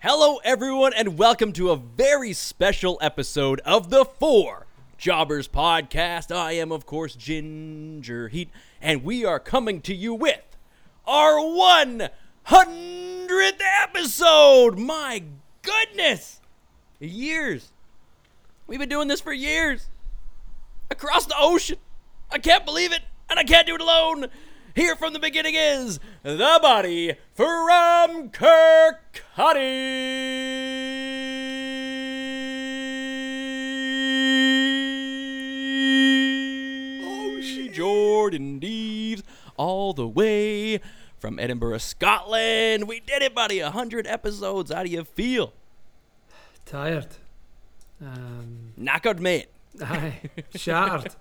Hello, everyone, and welcome to a very special episode of the Four Jobbers Podcast. I am, of course, Ginger Heat, and we are coming to you with our 100th episode! My goodness! Years. We've been doing this for years. Across the ocean. I can't believe it, and I can't do it alone. Here from the beginning is The Body from Kirkcuddy. Oh, shit. Jordan Deves, all the way from Edinburgh, Scotland. We did it, buddy. 100 episodes. How do you feel? Tired. Um, Knackered, mate. aye, shattered.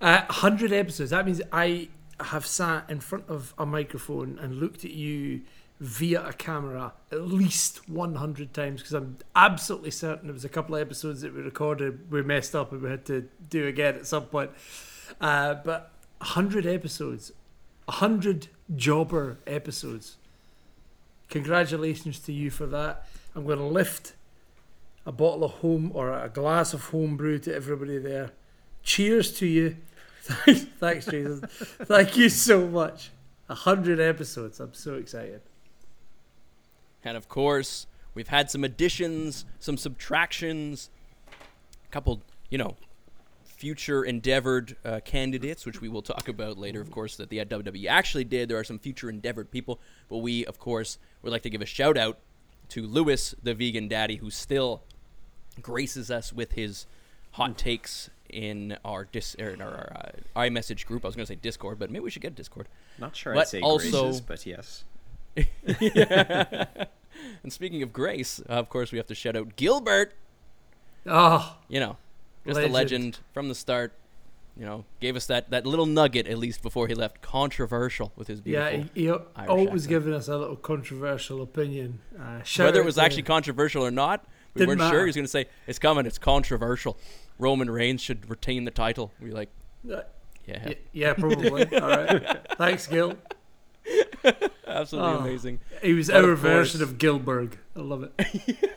Uh, 100 episodes. That means I have sat in front of a microphone and looked at you via a camera at least 100 times because I'm absolutely certain there was a couple of episodes that we recorded, we messed up and we had to do again at some point. Uh, but 100 episodes. 100 jobber episodes. Congratulations to you for that. I'm going to lift a bottle of home or a glass of home brew to everybody there. Cheers to you. Thanks, Jesus. Thank you so much. A hundred episodes. I'm so excited. And of course, we've had some additions, some subtractions, a couple, you know, future endeavored uh, candidates, which we will talk about later, of course, that the WWE E actually did. There are some future endeavored people, but we, of course, would like to give a shout out to Lewis, the vegan daddy, who still graces us with his hot takes in our dis er, in our uh, iMessage group. I was going to say Discord, but maybe we should get Discord. Not sure But I'd say also- graces, but yes. And speaking of grace, uh, of course, we have to shout out Gilbert. Oh, you know, just a Legend. legend from the start. You know, gave us that, that little nugget at least before he left. Controversial with his beautiful. yeah. He, he always accent. giving us a little controversial opinion. Uh, shout Whether it out was to- actually controversial or not, we Didn't weren't matter. sure. He was going to say it's coming. It's controversial. Roman Reigns should retain the title. We were like, Uh, yeah, y- yeah, probably. All right. Thanks, Gil. absolutely Oh. amazing. He was But our of course- version of Gilberg. I love it.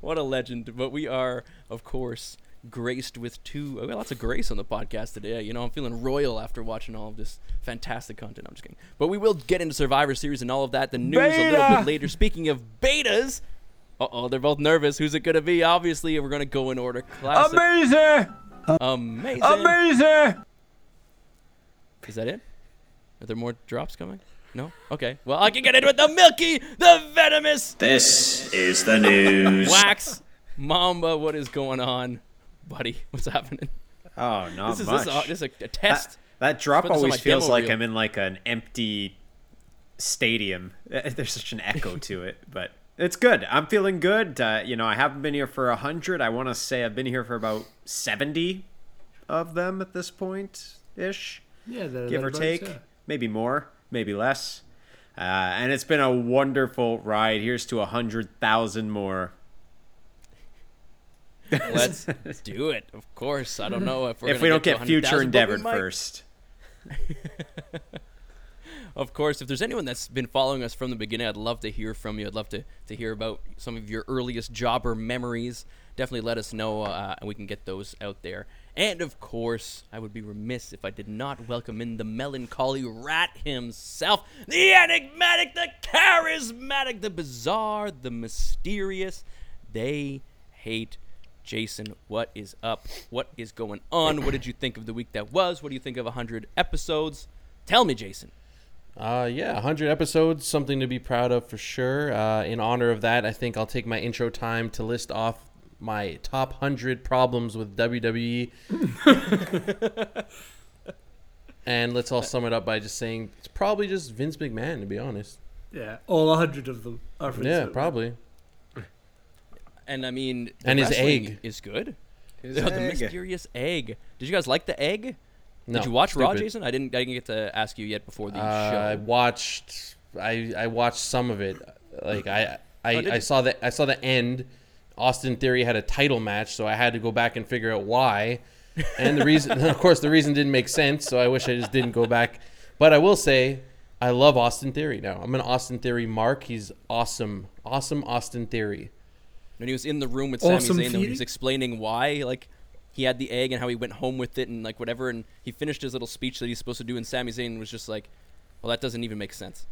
What a legend. But we are, of course, graced with two. We got lots of grace on the podcast today. You know, I'm feeling royal after watching all of this fantastic content. I'm just kidding. But we will get into Survivor Series and all of that. The news a little Beta! bit later. Speaking of betas. Uh oh, they're both nervous. Who's it gonna be? Obviously, we're gonna go in order. Classic, Amazing! amazing. Amazing! Is that it? Are there more drops coming? No. Okay. Well, I can get into it. The Milky, the venomous This is the news. wax mamba. What is going on, buddy? What's happening? Oh, not This is much. this is, a, this is a, a test. that, that drop put this on my always feels demo like reel. I'm in like an empty stadium. There's such an echo to it, but it's good. I'm feeling good. Uh, you know, I haven't been here for a hundred. I want to say I've been here for about seventy of them at this point ish. Yeah, there- give or thereabouts, take, yeah. maybe more, maybe less. Uh, and it's been a wonderful ride. Here's to a hundred thousand more. Let's do it. Of course. I don't know if we're Uh, if gonna we don't to get future 100,000, but we endeavored might. first, Of course, if there's anyone that's been following us from the beginning, I'd love to hear from you. I'd love to, to hear about some of your earliest jobber memories. Definitely let us know, uh, and we can get those out there. And of course, I would be remiss if I did not welcome in the melancholy rat himself, the enigmatic, the charismatic, the bizarre, the mysterious. They hate Jason, what is up? What is going on? What did you think of the week that was? What do you think of 100 episodes? Tell me, Jason. Uh, yeah, 100 episodes, something to be proud of for sure. Uh, in honor of that, I think I'll take my intro time to list off my top 100 problems with E. WWE. and let's all sum it up by just saying it's probably just Vince McMahon, to be honest. Yeah, all a hundred of them are for Yeah, probably. And I mean, the And his wrestling egg. is good. Oh, the mysterious egg. Did you guys like the egg? No, Did you watch Raw, stupid. Jason? I didn't. I didn't get to ask you yet before the Uh, I show. watched. I I watched some of it. Like I I, Oh, did I you? saw the I saw the end. Austin Theory had a title match, so I had to go back and figure out why. And the reason, and of course, the reason didn't make sense. So I wish I just didn't go back. But I will say, I love Austin Theory now. I'm an Austin Theory mark. He's awesome. Awesome Austin Theory. When he was in the room with Sami Awesome Zayn, though, he Fury? was explaining why, like, he had the egg and how he went home with it and like whatever, and he finished his little speech that he's supposed to do, and Sami Zayn was just like, "Well, that doesn't even make sense."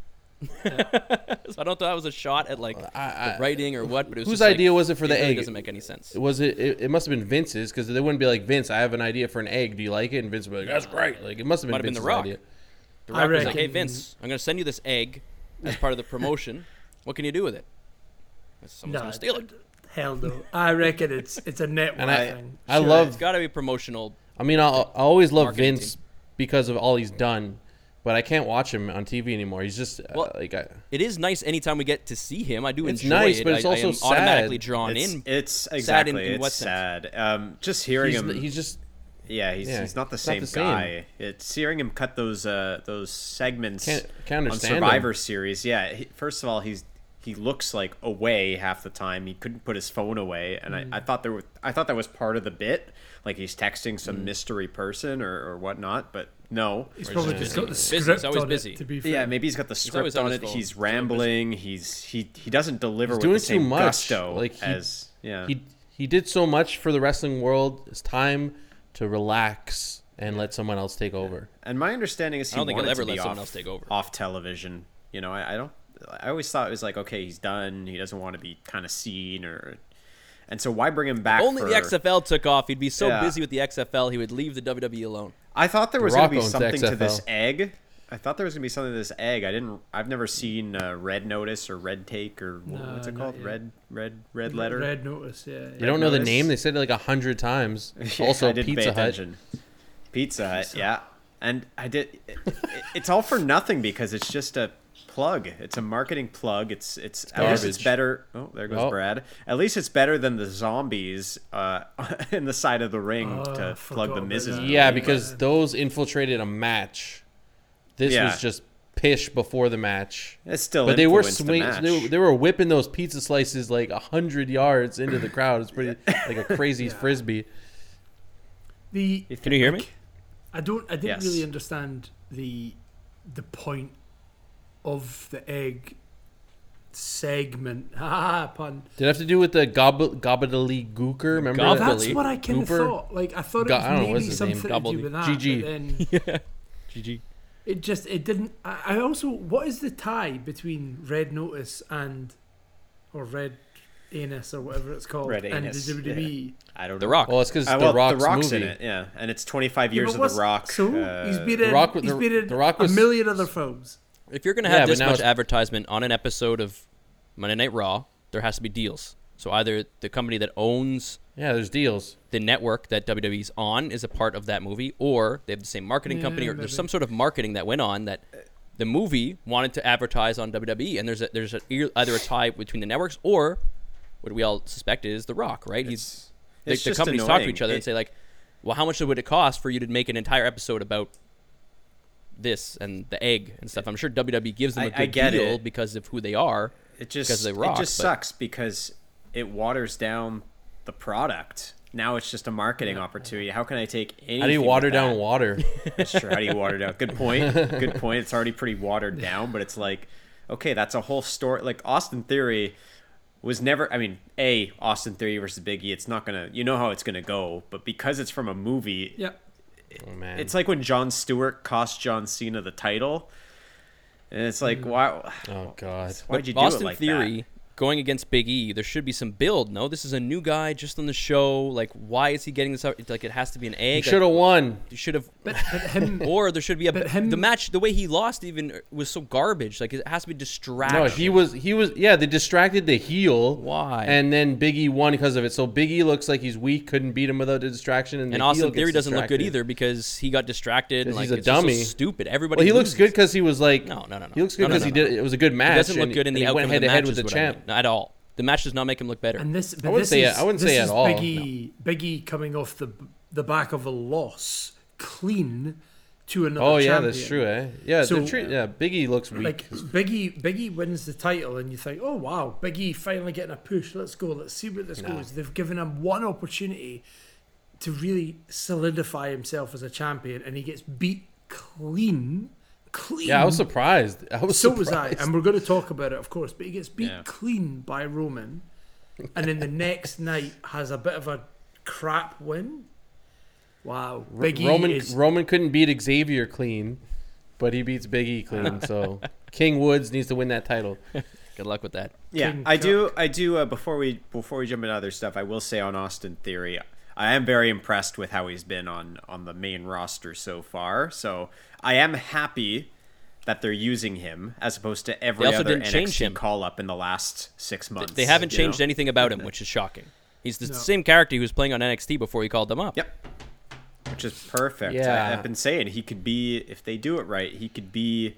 so I don't know. That was a shot at like I- the writing or what, but it was Whose just like, idea was it for it the really egg? Doesn't make any sense. Was it? It, it must have been Vince's because they wouldn't be like Vince. I have an idea for an egg. Do you like it? And Vince would be like, That's right. Like it must have been Might have been Vince's The Rock. idea. The Rock was like, reckon- "Hey Vince, I'm gonna send you this egg as part of the promotion. what can you do with it?" Someone's Nah, gonna steal it. Hell no. I reckon it's it's a network And I, thing. I Sure. It's love. got to be promotional. I mean, I, I always love Marketing Vince because of all he's done, but I can't watch him on TV anymore. He's just uh, Well, like I, It is nice anytime we get to see him. I do It's enjoy nice, it. but it's I, I also am automatically sad. drawn It's, in. it's exactly sad in- in it's what sense? sad. Um, just hearing he's, him, he's just yeah, he's, yeah, he's not the he's not same the same. guy. It's hearing him cut those uh, those segments Can't- can't on understand Survivor him. Series. Yeah, he, first of all, he's he looks like away half the time. He couldn't put his phone away, and I, I Hmm. thought there were, I thought that was part of the bit, like he's texting some Hmm. mystery person or, or whatnot. But no, He's probably just got the Busy, he's script always on busy. it, to be fair. Yeah, maybe he's got the always script on on his it. phone. He's He's always rambling. He's he he doesn't deliver with doing the too same much. gusto Like, he- as yeah. he he did so much for the wrestling world. It's time to relax and let someone else take over. and my understanding is I he don't think wanted he'll ever to be let someone off, else take over. off television. You know, I, I don't. I always thought it was like okay, he's done. He doesn't want to be kind of seen or. And so why bring him back? Only for, the XFL took off. He'd be so Yeah. busy with the XFL, he would leave the WWE alone. I thought there was going Rock to be owns the something to this XFL. egg. I thought there was going to be something to this egg. I didn't. I've never seen uh, Red Notice or Red Take or wh- No, what's it not called? yet. Red Red Red Letter. Red Notice, yeah. You don't know the notice. name. They said it like a hundred times. Yeah, also, I didn't Pizza pay Hut. attention. Pizza Hut, yeah. And I did. It, it- it's all for nothing because it's just a plug. It's a marketing plug. It's it's at least it's garbage. better. Oh, there goes Oh. Brad. At least it's better than the zombies uh, in the side of the ring Oh, I to plug forgot the about Miz's. that. Yeah, because those infiltrated a match. This Yeah. was just pish before the match. It still But they were influenced the swing, match. they, were- they were whipping those pizza slices like a hundred yards into the crowd. It's pretty like a crazy frisbee. The Can you hear me? I don't. I didn't Yes. really understand the the point of the egg segment. Ah, pun. Did it have to do with the gobble gobbly gooker? Remember Gobble- that? That's what I kind of Gooper. thought. Like I thought it Go- was I don't know, what's maybe his name? something to Gobble- do with that. GG. But then GG. it just it didn't. I, I also what is the tie between Red Notice and or Red Anus or whatever it's called Red and Anus, the E. WWE? I don't know. The Rock. Well, it's because Uh, the well, Rock's the Rock's movie. in it, yeah, and it's 25 Yeah, but years of what's- the Rock. So he's uh, been The in, Rock wa- he's the- been in The Rock was- a million other films. If you're going to Yeah, have but this now much it's- advertisement on an episode of Monday Night Raw, there has to be deals. So either the company that owns Yeah, there's deals. the network that WWE's on is a part of that movie, or they have the same marketing company, Yeah, or maybe. there's some sort of marketing that went on that the movie wanted to advertise on WWE, and there's a, there's a, e, either a tie between the networks or what we all suspect is The Rock, right? He's the, it's the just companies talk to annoying. each other and It- say like, "Well, how much would it cost for you to make an entire episode about this and the egg and stuff?" I'm sure WWE gives them I- a good I get deal it. because of who they are. It just because they rock, it just but- sucks because it waters down the product. Now it's just a marketing opportunity. How can I take anything? How do you with water that? down water? That's true. How do you water down? Good point. Good point. It's already pretty watered down, but it's like, okay, that's a whole story. Like Austin Theory was never. I mean, a Austin Theory versus Big E. It's not gonna. You know how it's gonna go. But because it's from a movie, Yep. Oh man, it's like when John Stewart cost John Cena the title, and it's like, why? oh god. Why'd you do Austin it like Theory that? going against Big E, there should be some build. No, this is a new guy just on the show. Like, why is he getting this? Out? Like, it has to be an You egg. should have won. Like, you should have. But, but him Or there should be a But him- the match. The way he lost even was so garbage. Like, it has to be distraction. No, he was he was yeah, they distracted the heel. Why? And then Biggie won because of it. So Biggie looks like he's weak, couldn't beat him without the distraction and, and the heel Austin gets Theory doesn't look good distracted. either because he got distracted. And, 'Cause like, he's a it's just so dummy. stupid. Everybody. Well, he looks loses. good because he was like No, no, no, no. He looks No, good no, because no, he no, did it was a good match. He doesn't look and- good in and the he outcome went of head the to head match is with the what I champ. mean. Not at all. The match does not make him look better. And this, but wouldn't this say it- is, I wouldn't this say is at all, Biggie, Biggie coming off the the back of a loss, clean to another. Oh yeah, champion. that's true, eh? Yeah, So- they're tre- yeah, Biggie looks weak. Like Biggie, Biggie wins the title, and you think, oh wow, Biggie finally getting a push. Let's go. Let's see where this goes. They've given him one opportunity to really solidify himself as a champion, and he gets beat clean clean. Yeah, I was surprised. I was so was I, surprised. and we're going to talk about it, of course. But he gets beat Yeah. clean by Roman, and then the next night has a bit of a crap win. Wow, Big E Roman is Roman couldn't beat Xavier clean, but he beats Big E clean. So King Woods needs to win that title. Good luck with that. Yeah, King I do. I do. Uh, before we before we jump into other stuff, I will say on Austin Theory, I am very impressed with how he's been on on the main roster so far. So I am happy that they're using him as opposed to every also other didn't change NXT him. call up in the last six months. They haven't you changed know? anything about him, which is shocking. He's the same character he was playing on NXT before he called them up. Yep. Which is perfect. Yeah. I, have been saying he could be if they do it right, he could be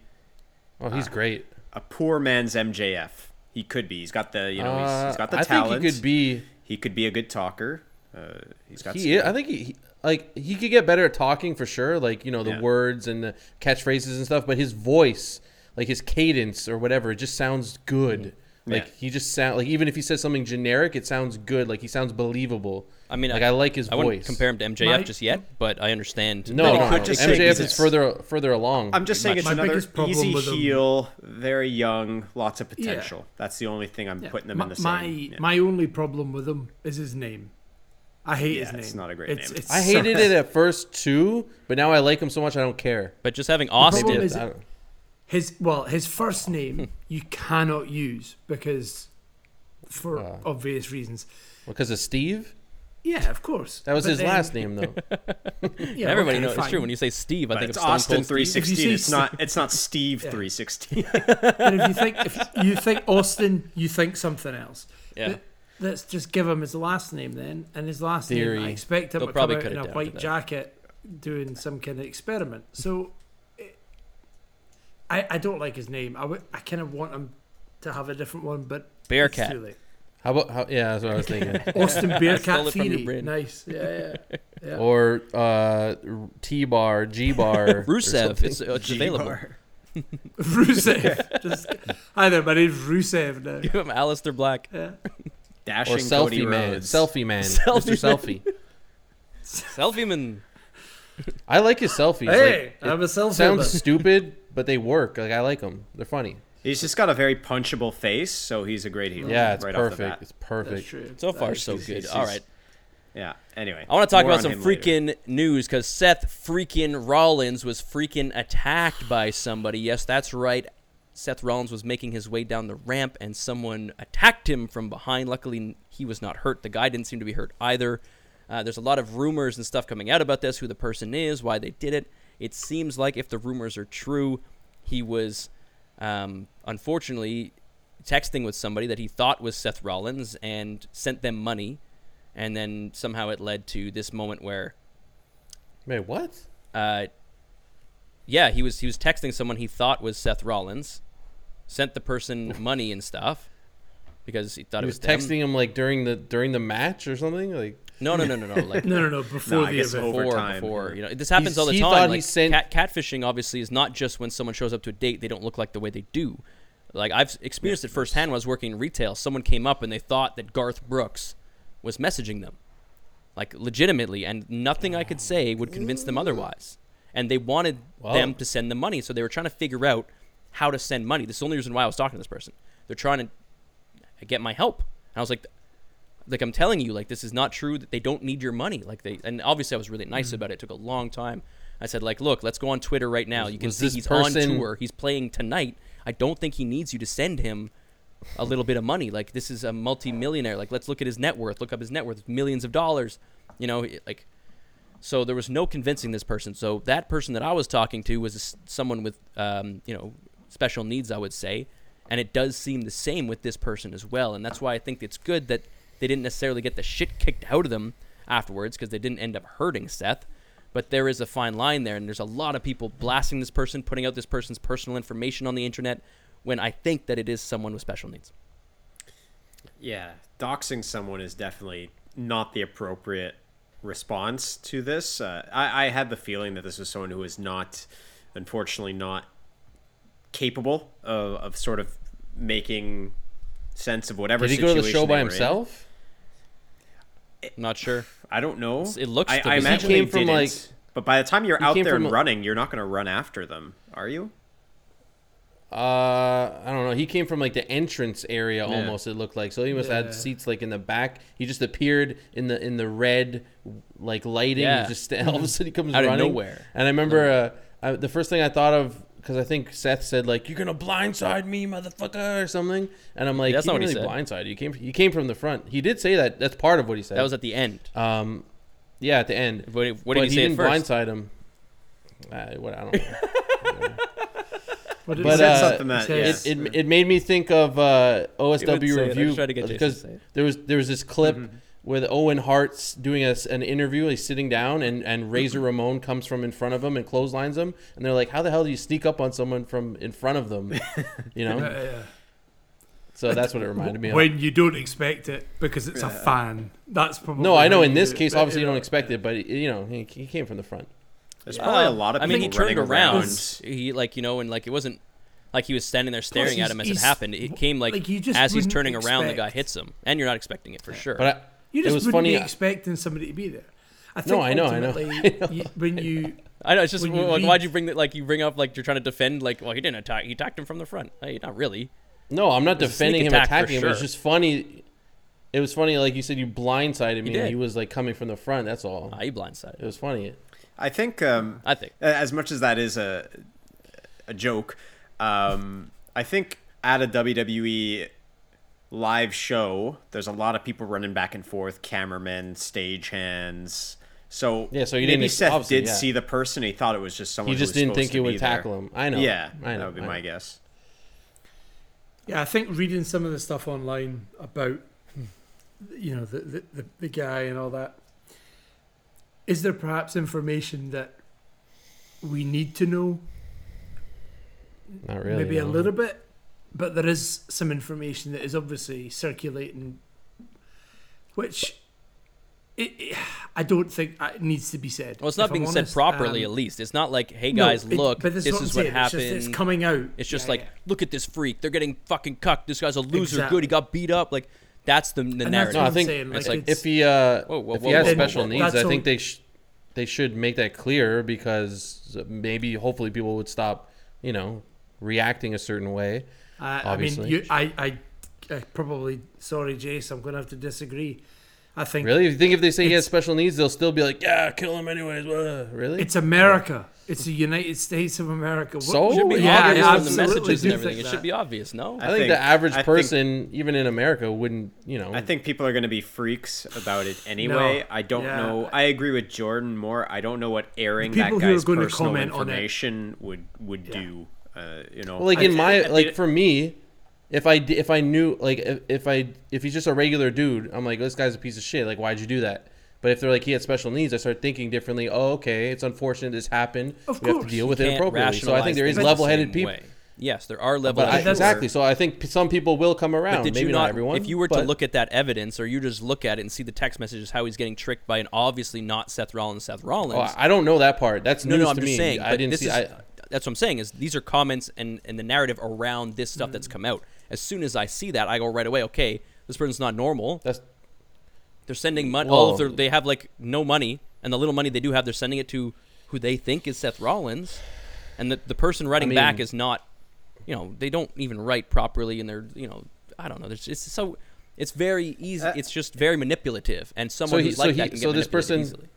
Oh, he's great. a poor man's MJF. He could be. He's got the you know he's, he's got the Uh, I talent. think he could be. He could be a good talker. Uh, he's got. He, is, skill. I think he, he- like he could get better at talking for sure. Like you know the Yeah. words and the catchphrases and stuff, but his voice, like his cadence or whatever, it just sounds good. Like Mm-hmm. Yeah. he just sound like even if he says something generic, it sounds good. Like he sounds believable. I mean, like I, like his I wouldn't voice. compare him to MJF My- just yet, but I understand. no, that- no, could no. just say MJF he's is a- further further along. I'm just saying it's My another biggest problem easy with him- heel, very young, lots of potential. That's the only thing I'm Yeah. putting them my, in the same. My, yeah. my only problem with him is his name. I hate Yeah, his name. it's not a great name. I hated it at first too, but now I like him so much I don't care. But just having problem Austin, is- I don't- His well, his first name you cannot use because, for Oh. obvious reasons. Because of Steve? Yeah, of course. That was But his then- last name, though. Yeah, everybody okay, knows it's fine. true. When you say Steve, I But think it's of Stone Austin Cold Steve. 316. say It's not. It's not Steve 316. But if you think if you think Austin, you think something else. Yeah. But let's just give him his last name then, and his last Theory. name. I expect him They'll to come probably out cut in it a down to white that. jacket doing some kind of experiment. So, I I don't like his name. I would I kind of want him to have a different one, but it's Bearcat. too late. How about, how, yeah, that's what I was thinking. Austin stole Bearcat it from your Theory. brain. Nice. Yeah, yeah. yeah. Or uh, T Bar, G Bar. Rusev, it's, uh, it's available. Rusev. Just, hi there, my name's Rusev now. Give him Alistair Black. Dashing Or Cody Selfie Man. Rhodes. Selfie Man. Selfie Mr. Selfie. Selfie man. I like his selfies. Hey, like, I'm a selfie. it sounds man. stupid, but they work. Like, I like them. They're funny. He's just got a very punchable face, so he's a great heel. Yeah, it's Mm, right Off perfect. the bat. It's perfect. That's true. So far, That is so he's- good. he's- All right. Yeah. Anyway, I want to talk more about on some him later. freaking news because Seth freaking Rollins was freaking attacked by somebody. Yes, that's right. Seth Rollins was making his way down the ramp and someone attacked him from behind. Luckily, he was not hurt. The guy didn't seem to be hurt either. Uh, there's a lot of rumors and stuff coming out about this who the person is, why they did it. It seems like if the rumors are true, he was um, unfortunately texting with somebody that he thought was Seth Rollins and sent them money and then somehow it led to this moment where Man, what? uh, yeah he was he was texting someone he thought was Seth Rollins sent the person money and stuff because he thought it He was was, texting them. him like during the during the match or something. Like no no no no no like No, no, no. Before No, I the guess event. over before time. before you know this happens He's- all the he time thought he like, sent- cat, catfishing obviously is not just when someone shows up to a date they don't look like the way they do like I've experienced it firsthand when I was working in retail someone came up and they thought that Garth Brooks was messaging them like legitimately, and nothing I could say would convince them otherwise. And they wanted Wow. them to send them money, so they were trying to figure out how to send money. This is the only reason why I was talking to this person. They're trying to get my help. And I was like, like I'm telling you, like this is not true. That they don't need your money. Like they, and obviously I was really Mm-hmm. nice about it. It took a long time. I said, like, look, let's go on Twitter right now. You can was see this he's person- on tour. He's playing tonight. I don't think he needs you to send him a little bit of money. Like this is a multi-millionaire. Like let's look at his net worth. Look up his net worth. It's millions of dollars. You know, it- like so there was no convincing this person. So that person that I was talking to was s- someone with um, you know special needs, I would say, and it does seem the same with this person as well. And that's why I think it's good that they didn't necessarily get the shit kicked out of them afterwards because they didn't end up hurting Seth. But there is a fine line there, and there's a lot of people blasting this person, putting out this person's personal information on the internet, when I think that it is someone with special needs. Yeah, doxing someone is definitely not the appropriate response to this. Uh, I, I had the feeling that this was someone who is not, unfortunately, not capable of, of sort of making sense of whatever. did he go to the situation they show by were in. himself? I'm not sure. I don't know. It looks I, to I be- imagine He they came from, didn't. like- but by the time you're he out came there from and a- running, you're not going to run after them, are you? Uh, I don't know. He came from like the entrance area almost. It looked like so he must have Yeah. had seats like in the back. He just appeared in the in the red like lighting. Yeah. He just all of a sudden he comes Out of running. nowhere. And I remember uh, I, the first thing I thought of because I think Seth said like you're gonna blindside me, motherfucker, or something. And I'm like, That's he not what he didn't really blindsided. You came you came from the front. He did say that. That's part of what he said. That was at the end. um, yeah, at the end. What, what But did he say at didn't first? blindside him. Uh, what I don't. know. What did But, he say? uh, something that- He says- it, it, it made me think of uh, He would say it. OSW I was review trying to get Jason to because say it. Mm-hmm. there was there was this clip with Owen Hart's doing a, an interview. He's sitting down and and Razor Mm-hmm. Ramon comes from in front of him and clotheslines him, and they're like, "How the hell do you sneak up on someone from in front of them?" You know. Yeah, So that's what it reminded me yeah. of. When you don't expect it because it's a fan. That's probably no, I know how in you this do it, case, but, obviously you know, don't expect it, but you know he, he came from the front. There's probably a Uh, lot of I people mean, he turned running around. around. He like you know, and like it wasn't like he was standing there Plus, staring at he's- him as it he's- happened. It came like, like, you just as he's wouldn't turning around, the expect. guy hits him, and you're not expecting it for sure. But I, You it just was wouldn't funny. be expecting somebody to be there. I think No, I know, I know, ultimately, You, when you I, know it's just when you like, read- why'd you bring that? Like you bring up like you're trying to defend. Like well, he didn't attack. He attacked him from the front. Hey, not really. No, I'm not was a sneak defending him attack for attacking him. It's sure. just funny. It was funny, like you said, you blindsided me. did. and he was like coming from the front. That's all. Ah, he blindsided. It was funny. I think um, I think. as much as that is a a joke, um, I think at a WWE live show, there's a lot of people running back and forth, cameramen, stagehands. So Yeah, so you maybe didn't ex- Seth obviously, did yeah. see the person. He thought it was just someone. He who just was didn't supposed think to it be would there. tackle him. I know. Yeah, I know. that would be I my know. guess. Yeah, I think reading some of the stuff online about you know the the, the, the guy and all that. Is there perhaps information that we need to know? Not really. Maybe a no. little bit, but there is some information that is obviously circulating, which it, it- I don't think uh, needs to be said. Well, it's not if I'm being said honest. properly. Um, at least it's not like, hey no, guys, it- look, but this, is what I'm what saying, it's happened. just- It's coming out. It's just Yeah, like, yeah. look at this freak. They're getting fucking cucked. This guy's a loser. Exactly. Good. He got beat up. Like that's the, the that's narrative. No, I I'm think saying, it's like, like it's- if he uh, Whoa, whoa, if whoa, he has whoa, special whoa. needs, I That's think all- they sh- they should make that clear because maybe hopefully people would stop, you know, reacting a certain way. I, Uh, I mean, Obviously. you, I, I, I probably sorry, Jace. I'm going to have to disagree. I think Really, if you think if they say he has It's- special needs, they'll still be like, yeah, kill him anyways. Whoa. Really? it's America. It's the United States of America. What- So? It should be Yeah, obvious I from the absolutely messages do and think everything. It that. should be obvious. No, I think, think- the average I think- person, even in America, wouldn't you know? I think people are going to be freaks about it anyway. I don't Yeah. know. I agree with Jordan more. I don't know what airing The that people who are guy's gonna personal comment on it. information would would do. Uh, you know, Well, like in I- my I- like for me, if I d- if I knew like if, if I if he's just a regular dude, I'm like this guy's a piece of shit. Like why'd you do that? But if they're like he had special needs, I start thinking differently. Oh, okay, it's unfortunate this happened. Of we have course. to deal with it can't appropriately. So I rationalize think there is things the level-headed same people. way. Yes, there are But I, level-headed. that's- people. exactly. So I think p- some people will come around. Did Maybe you not, not, everyone. If you were to but- look at that evidence, or you just look at it and see the text messages, how he's getting tricked by an obviously not Seth Rollins, Seth Rollins. oh, I don't know that part. That's no, news no, I'm to just me. saying. I but didn't this see. is- I, that's what I'm saying is these are comments and and the narrative around this stuff Mm. that's come out. As soon as I see that, I go right away. Okay, this person's not normal. that's They're sending money. All of Well- their they have like no money, and the little money they do have, they're sending it to who they think is Seth Rollins, and the the person writing mean- back is not. You know, they don't even write properly, and they're you know, I don't know. There's it's so it's very easy. Uh, it's just very manipulative, and someone So he- who's so like he- that can so get manipulated this person- easily.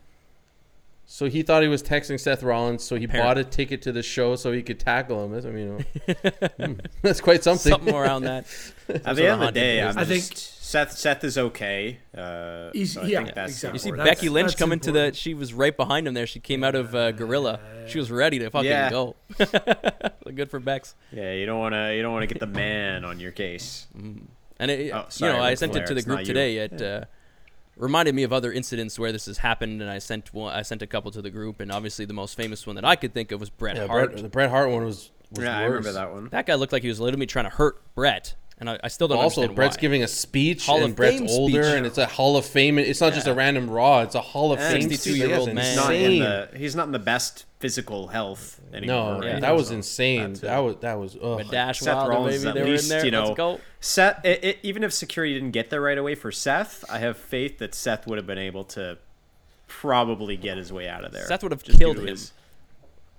So he thought he was texting Seth Rollins, so he bought Apparently. a ticket to the show so he could tackle him. That's, I mean, hmm, that's quite something. something around that. sort At of the end of the haunted day, place. I'm I think- just, Seth Seth is okay. Uh, He's- so I yeah, think that's exactly. You see That's- Becky Lynch that's coming to the. important. She was right behind him there. She came out of uh, Gorilla. She was ready to fucking Yeah. go. Good for Bex. yeah, you don't want to you don't want to get the man on your case. And it, Oh, you sorry, know, I Ric sent it Flair, to the it's group not you. today. It uh, reminded me of other incidents where this has happened, and I sent one. I sent a couple to the group, and obviously the most famous one that I could think of was Bret Yeah, Hart. Bret, the Bret Hart one was, was Yeah, I worse. remember that one. That guy looked like he was legitimately trying to hurt Bret, and I, I still don't Also, understand Brett's why. giving a speech, Hall and of Brett's Fame older, speech. and it's a Hall of Fame. It's not just a random Raw; it's a Hall of Yeah. Fame. 62-year-old speech. man. He's That's not in insane. the he's not in the best physical health anymore. No, right? that was So insane. that's it. That was that was. Ugh. But Dash Seth Wilder, Rollins, maybe at they least, were in there. you know, Let's go. Seth. It, it, even if security didn't get there right away for Seth, I have faith that Seth would have been able to probably get his way out of there. Seth would have Just killed due to him. his-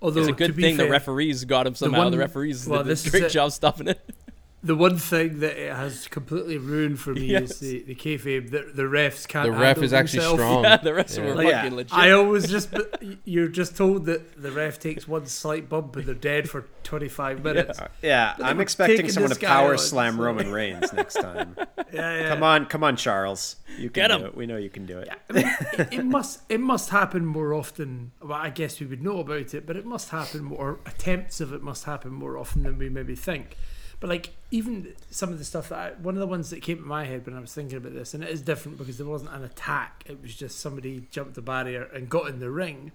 Although It's a to good be thing the fair, referees got him somehow. The, one- referees well, did this a is great it. job stopping it. The one thing that it has completely ruined for me Yes. is the the kayfabe that the refs can't. The ref handle is actually themselves. strong. yeah, the rest of them were Well, yeah. fucking legit. I always just but you're just told that the ref takes one slight bump and they're dead for 25 minutes. Yeah, they I'm were expecting taking someone to this guy power on, slam so- Roman Reigns next time. Yeah, yeah. Come on, come on, Charles. You can Get do him. it. We know you can do it. it, it must it must happen more often. Well, I guess we would know about it, but it must happen more. Or attempts of it must happen more often than we maybe think. But like even some of the stuff that I, one of the ones that came to my head when I was thinking about this, and it is different because there wasn't an attack. It was just somebody jumped the barrier and got in the ring.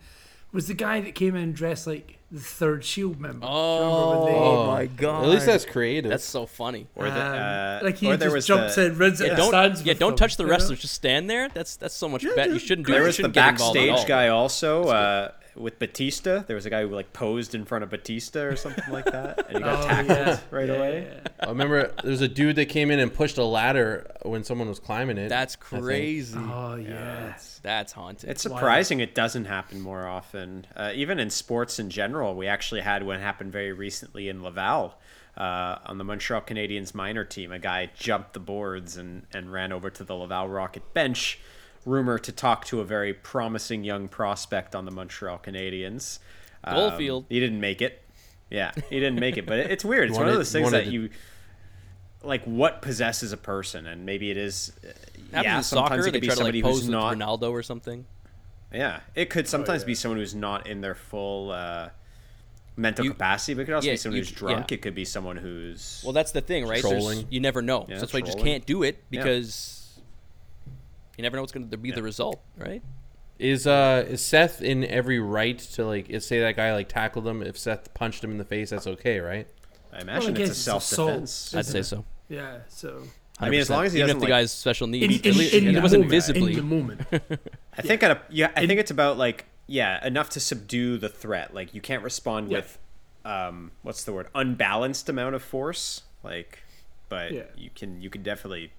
Was the guy that came in dressed like the third Shield member? Remember when they- Oh, my god! At least that's creative. that's so funny. Or the, Um, uh, like he or there just was jumps the, in, runs Yeah, it, don't stands yeah, with don't them, touch the you know? wrestlers. Just stand there. That's that's so much bet. You shouldn't do. There you was the shouldn't get involved at backstage all. guy also uh, with Batista. There was a guy who like posed in front of Batista or something like that, and he got Oh, tackled yeah. right Yeah, away. yeah, yeah. I remember there was a dude that came in and pushed a ladder when someone was climbing it. That's I think. crazy. Oh yeah. That's haunted. It's It's surprising it doesn't happen more often. Uh, even in sports in general, we actually had one happen very recently in Laval uh, on the Montreal Canadiens minor team. A guy jumped the boards and, and ran over to the Laval Rocket bench, rumor to talk to a very promising young prospect on the Montreal Canadiens. Um, Goldfield. he didn't make it. Yeah, he didn't make it. But it- it's weird. It's one wanted- of those things wanted that to- you. Like what possesses a person, and maybe it is. uh, happens yeah, in sometimes soccer. They it could be try to somebody like pose who's with not Ronaldo or something. yeah, it could sometimes be someone who's not in their full uh, mental You- capacity, but it could also yeah, be someone you- who's drunk. yeah. It could be someone who's Well, that's the thing, right? There's- Trolling. You never know. Yeah, so that's why you just trolling. can't do it because you never know what's going to be the result, right? Is uh is Seth in every right to like if say that guy like tackled him if Seth punched him in the face that's okay right? I imagine guess it's a it's self assault. defense. I'd say so. Yeah, so I mean, as long as he even doesn't if the like, guy's special in, needs, in, at least- in it the wasn't moment, visibly. in the moment. I think at a, yeah, I think it's about like yeah, enough to subdue the threat. Like you can't respond Yeah. with um, what's the word? Unbalanced amount of force. Like, but Yeah. you can you can definitely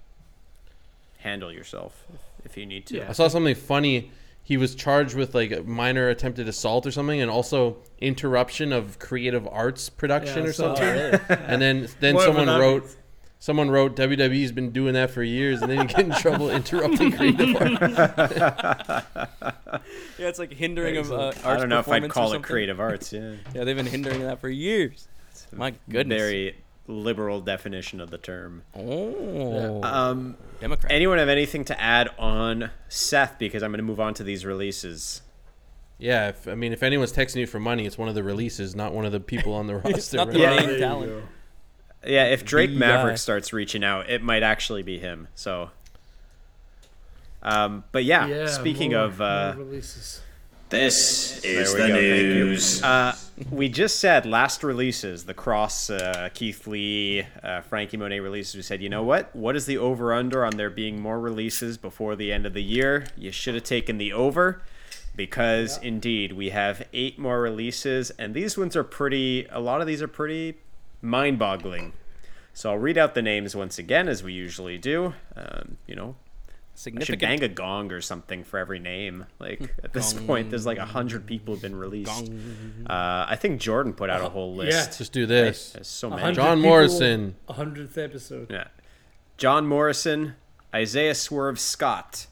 handle yourself if, if you need to. I Yeah. saw something funny. He was charged with like a minor attempted assault or something, and also interruption of creative arts production Yeah, I or saw something. And then then Whatever someone that wrote, means. someone wrote WWE's been doing that for years, and then you get in trouble interrupting creative art. yeah, it's like hindering of uh, I don't know if I'd performance or call it something. creative arts. Yeah. Yeah, they've been hindering that for years. My goodness. Very liberal definition of the term. Oh, Um, Democrat. anyone have anything to add on Seth? Because I'm going to move on to these releases. Yeah, if, I mean, if anyone's texting you for money, it's one of the releases, not one of the people on the roster. not right? the Yeah. main There you talent. go. Yeah, if Drake The guy. Maverick starts reaching out, it might actually be him. So, um, but yeah, Yeah, speaking more- of, uh, more releases. This is There we the go, thank you. news. uh, we just said last releases, the Cross, uh, Keith Lee, uh, Frankie Monet releases. We said, you know what? What is the over under on there being more releases before the end of the year? You should have taken the over because indeed we have eight more releases, and these ones are pretty, a lot of these are pretty mind boggling. So I'll read out the names once again as we usually do. Um, you know, I should Significant. bang a gong or something for every name. Like at this point, there's like a hundred people have been released. Uh, I think Jordan put out a whole list. Just do this. There's so hundred many. John people, Morrison. 100th episode. Yeah. John Morrison, Isaiah Swerve Scott,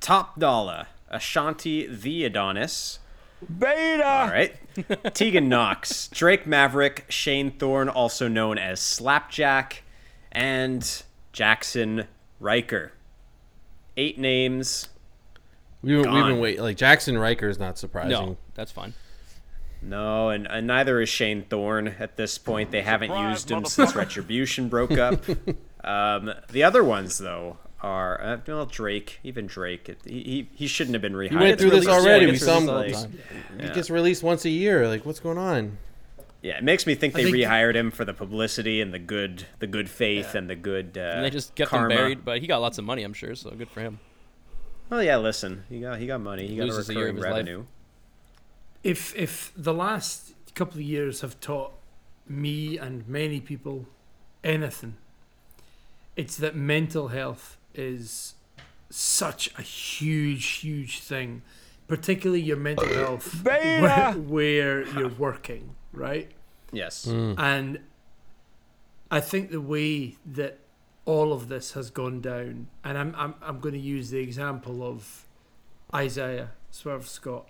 Top Dollar, Ashanti the Adonis. Beta! All right. Tegan Knox, Drake Maverick, Shane Thorne, also known as Slapjack, and Jackson Riker. Eight names. We've been, we've Gone. been wait like Jackson Riker is not surprising. No, that's fine. No, and, and neither is Shane Thorne at this point. They haven't used him since Retribution broke up. um, the other ones, though, are uh, well Drake. Even Drake, it- he, he he shouldn't have been rehired. We went through this released- already. yeah, we it's saw him. released all He gets released once a year. Like, what's going on? Yeah, it makes me think they think- rehired him for the publicity and the good the good faith and the good. Uh, And they just kept karma. him buried, but he got lots of money, I'm sure, so good for him. Well, yeah, listen, he got he got money. He got a Loses a year of recurring his life. revenue. If if the last couple of years have taught me and many people anything, it's that mental health is such a huge, huge thing, particularly your mental health, where, Beta! where you're working, right? Yes. Hmm. And I think the way that all of this has gone down, and I'm I'm, I'm going to use the example of Isaiah Swerve Scott,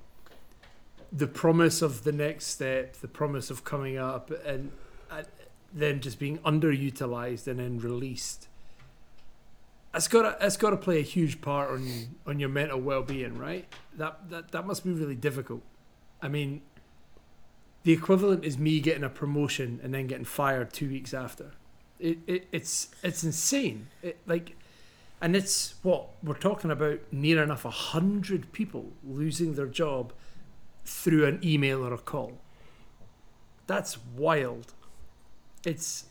the promise of the next step, the promise of coming up, and, and then just being underutilized and then released. It's got to, it's got to play a huge part on on your mental well being, right? That that that must be really difficult. I mean, the equivalent is me getting a promotion and then getting fired two weeks after. It, it it's it's insane. It, like, and it's what we're talking about. Near enough a hundred people losing their job through an email or a call. That's wild. It's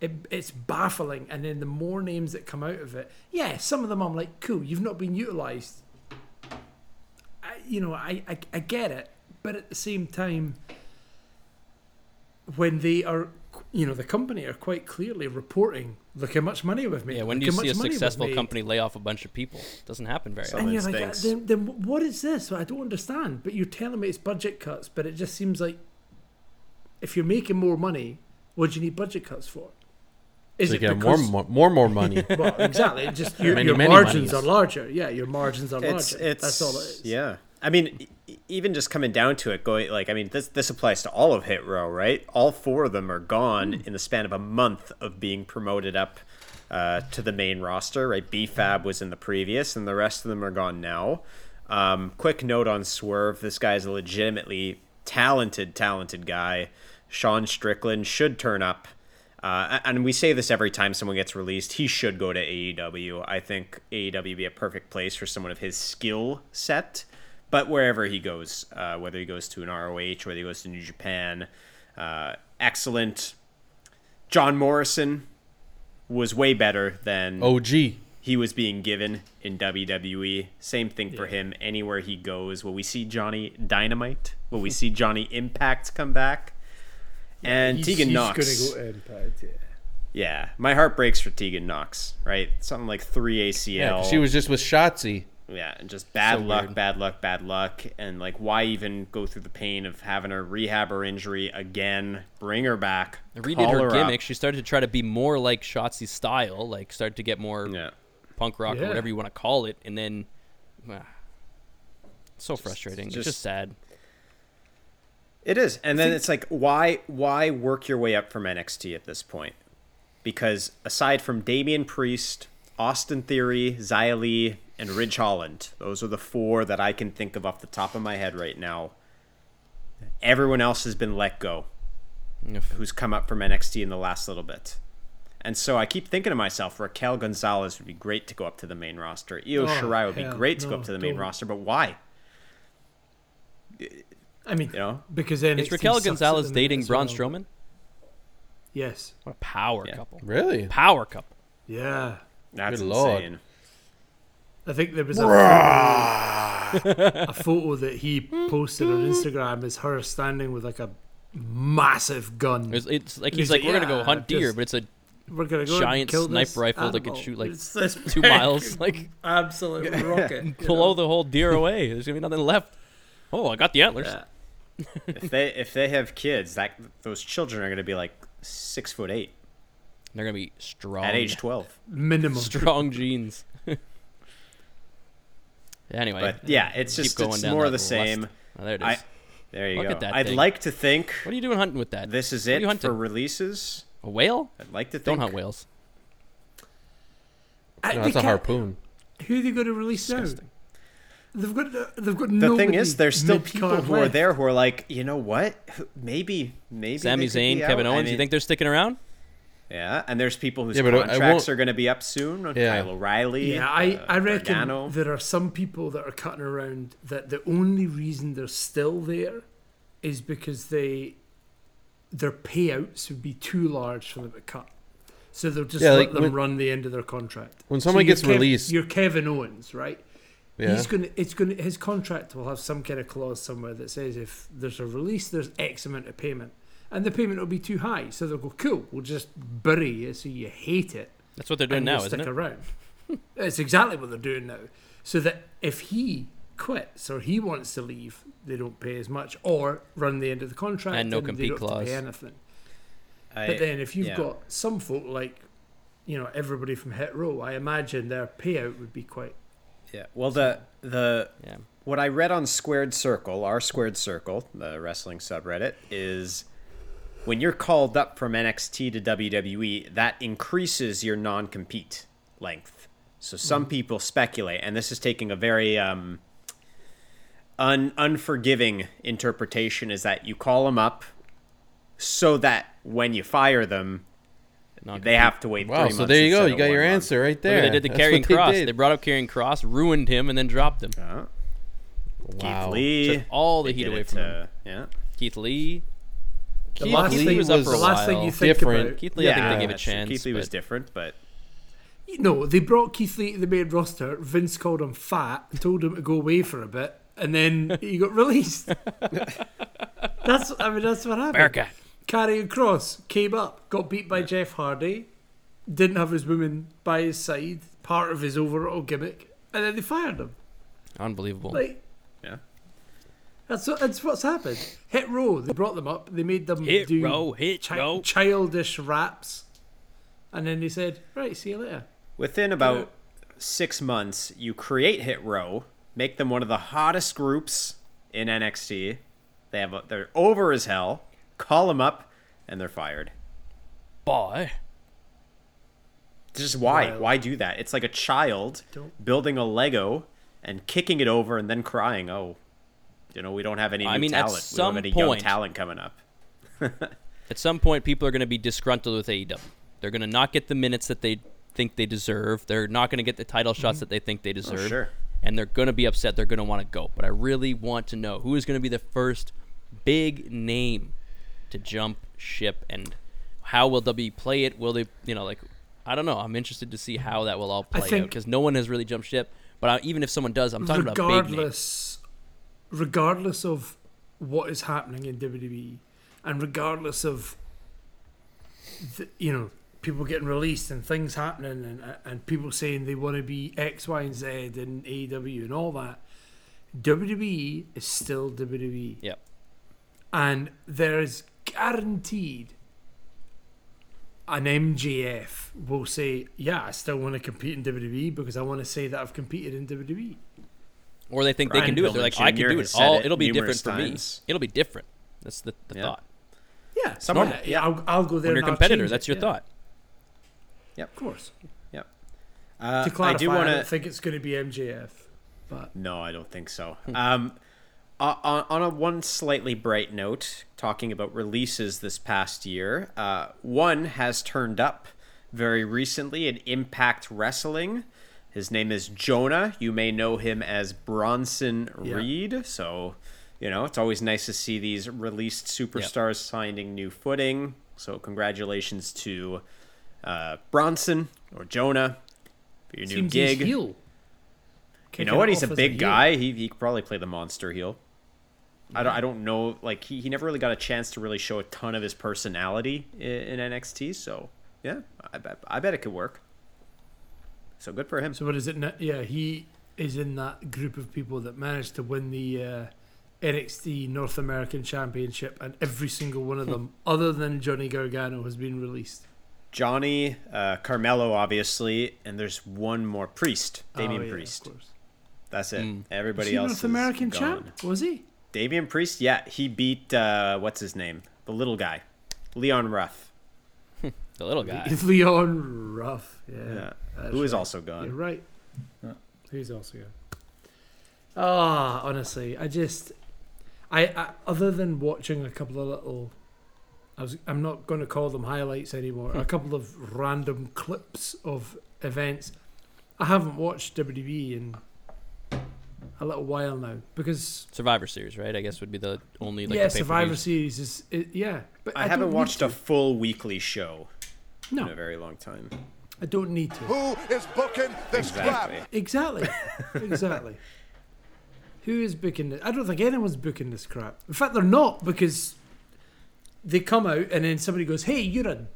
it, it's baffling. And then the more names that come out of it, yeah, some of them I'm like, cool, you've not been utilized. I, you know, I, I I get it, but at the same time when they are, you know, the company are quite clearly reporting, look how much money we've made. Yeah, when look do you how see much a money we've successful made." company lay off a bunch of people? Doesn't happen very often. And you're like, Thanks. then, then what is this? I don't understand. But you're telling me it's budget cuts, but it just seems like if you're making more money, what do you need budget cuts for? Is So you it get more, because more, more, more money. well, exactly? It just your, Many, your many margins monies. are larger. Yeah, your margins are It's larger. it's That's all it is. Yeah. I mean, e- even just coming down to it, going like I mean, this this applies to all of Hit Row, right? All four of them are gone Mm. in the span of a month of being promoted up uh, to the main roster, right? BFAB was in the previous, and the rest of them are gone now. Um, quick note on Swerve: this guy's a legitimately talented, talented guy. Sean Strickland should turn up. Uh, and we say this every time someone gets released, he should go to AEW. I think AEW would be a perfect place for someone of his skill set. But wherever he goes, uh, whether he goes to an ROH, whether he goes to New Japan, uh, excellent. John Morrison was way better than Oh. OG. he was being given in WWE. Same thing for him anywhere he goes. Will we see Johnny Dynamite? Will we see Johnny Impact come back? And He's- Tegan he's Knox. gonna go Impact. Yeah. Yeah, my heart breaks for Tegan Knox, right? Something like three ACL. Yeah, 'cause she was just with Shotzi. yeah, and just bad So luck, weird. bad luck, bad luck, and like why even go through the pain of having her rehab her injury again? Bring her back. They redid call her up. gimmick. She started to try to be more like Shotzi style, like started to get more Yeah, punk rock Yeah. or whatever you want to call it, and then ah, so frustrating. it's just- just sad. it is, and then it's like why why work your way up from NXT at this point? Because aside from Damian Priest, Austin Theory, Xia Li, and Ridge Holland, those are the four that I can think of off the top of my head right now. Everyone else has been let go. Oof. who's come up from NXT in the last little bit. And so I keep thinking to myself, Raquel Gonzalez would be great to go up to the main roster. Io Oh, Shirai would be hell, great to go no, up to the main don't. roster, but why? I mean, You know? because then Is Raquel Gonzalez dating Braun Strowman? Yes. What a power Yeah. couple! Really? Power couple. Yeah. That's Good lord. insane. I think there was a photo, a photo that he posted on Instagram is her standing with like a massive gun. It's, it's like He's he's like, like, we're gonna "Yeah, go hunt deer, just- but it's a We're gonna go and giant kill this sniper rifle that could animal. shoot, like, It's this two big miles, like absolute rocket. you blow the whole deer away. There's gonna be nothing left. Oh, I got the antlers. Yeah. if they if they have kids, that those children are going to be like six foot eight They're gonna be strong. at age twelve. minimum. strong genes. anyway, But yeah, it's keep just going it's down more that of the lust. same. Oh, there it is. I there you Look go. at that I'd thing. like to think what are you doing hunting with that? this is What are it you hunting? for releases. a whale? I'd like to think Don't hunt whales. I- No, Uh, they that's a can't- harpoon. Who are they going to release Disgusting. now? They've got uh, they've got The thing is, there's still people who are there who are like, you know what? Maybe, maybe. they Sami could be Zayn, Kevin out." I Owens. you mean- think they're sticking around? Yeah, and there's people whose Yeah, but I- I contracts won't- are going to be up soon. Yeah. Kyle O'Reilly. Yeah, I, uh, I reckon Gargano. there are some people that are cutting around that the only reason they're still there is because they their payouts would be too large for them to cut. So they'll just Yeah, let like them when- run the end of their contract. when So someone you're gets released- you're Kevin Owens, right? Yeah. He's gonna it's gonna his contract will have some kind of clause somewhere that says if there's a release there's X amount of payment. And the payment will be too high. So they'll go, Cool, we'll just bury you so you hate it That's what they're doing and now, will isn't stick it? around. It's exactly what they're doing now. So that if he quits or he wants to leave, they don't pay as much or run the end of the contract And no they compete don't have to clause. pay anything. I, But then if you've yeah. got some folk like, you know, everybody from Hit Row, I imagine their payout would be quite. yeah. Well, the the Yeah. what I read on Squared Circle, our Squared Circle, the wrestling subreddit, is when you're called up from NXT to WWE, that increases your non compete length. So some Mm. people speculate, and this is taking a very um, un- unforgiving interpretation, is that you call them up so that when you fire them, Non-compete. they have to wait. Wow, three so months there you go. instead You of got your one month. answer right Look there. what They did the That's carrying what they cross. did. They brought up carrying cross, ruined him, and then dropped him. Uh, wow. Keith Lee, Took all the they heat did away it from him. to- Yeah. Keith Lee. The Keith last Lee thing was up for the a last thing while. you think Different. about. Keith Lee, I think they gave a that's true. chance. Keith Lee was but- different, but No, they brought Keith Lee to the main roster. Vince called him fat, told him to go away for a bit, and then he got released. that's I mean that's what happened. America. Carrying Cross came up, got beat by Jeff Hardy, didn't have his woman by his side, part of his overall gimmick, and then they fired him. Unbelievable. Like yeah. that's what, that's what's happened. Hit Row, they brought them up, they made them Hit do Row, Hit chi- Row. childish raps, and then they said, "Right, see you later." Within about six months, you create Hit Row, make them one of the hottest groups in NXT. They have a, they're over as hell. Call them up, and they're fired. Boy. Just why? Wild. Why do that? It's like a child Don't- building a Lego and kicking it over and then crying. Oh, you know we don't have any new I mean, at talent. we don't some have any young point- talent coming up. At some point, people are going to be disgruntled with AEW. They're going to not get the minutes that they think they deserve. They're not going to get the title shots Mm-hmm. that they think Oh, they deserve. sure. And they're going to be upset. They're going to want to go. But I really want to know who is going to be the first big name to jump ship and how will WWE play it? Will they, you know, like, I don't know. I'm interested to see how that will all play out think- because no one has really jumped ship. But I, even if someone does, I'm talking about big names. regardless regardless of what is happening in WWE and regardless of the, you know people getting released and things happening and and people saying they want to be X Y and Z and AEW and all that WWE is still WWE Yep. and there is guaranteed an MJF will say yeah I still want to compete in WWE because I want to say that I've competed in E." WWE Or they think they can Brian do it. They're like, "Oh, Pillman I can Jr. do has it. said All it it'll be numerous different for me. times. It'll be different. That's the, the Yeah. thought. Yeah, Someone- someone. Yeah, I'll, I'll go there. When you're a and I'll competitor, change that's it, your yeah, thought. Of course. Yep. Uh, To clarify, I, I do want don't think it's going to be MJF. But No, I don't think so. Hmm. um, on, on on a one slightly bright note, talking about releases this past year, uh, one has turned up very recently in Impact Wrestling. His name is Jonah. You may know him as Bronson Yeah. Reed. So, you know, it's always nice to see these released superstars finding new footing. So, congratulations to uh, Bronson or Jonah for your new seems gig. he's heel. You Kicking know what? it He's a off as big heel. guy. He he could probably play the monster heel. I don't I don't know. Like he, he never really got a chance to really show a ton of his personality in, in NXT. So yeah, I bet I bet it could work. So good for him. So what is it? now? Yeah, he is in that group of people that managed to win the uh, NXT North American Championship, and every single one of them, Hmm. other than Johnny Gargano, has been released. Johnny uh, Carmelo obviously, and there's one more Priest, Damian Oh, yeah, Priest. Of course. That's it. Was Everybody he else North is American gone. champ? Was he? Damian Priest, yeah, he beat uh, what's his name, the little guy, Leon Ruff, The little guy. Is Leon Ruff? Yeah. Uh, yeah, that's Uh, who is right. also gone. You're right. Who's also good? Ah, honestly, I just, I, I other than watching a couple of little, I was, I'm not going to call them highlights anymore. a couple of random clips of events. I haven't watched WWE in a little while now because Survivor Series, right? I guess would be the only like yeah, the Survivor pay-per-views. Series is it, yeah. But I, don't haven't need watched to. a full weekly show in a no. very long time. I don't need to. Who is booking this crap? Exactly. Exactly. Exactly. Who is booking this? I don't think anyone's booking this crap. In fact, they're not because they come out and then somebody goes, "Hey, you're a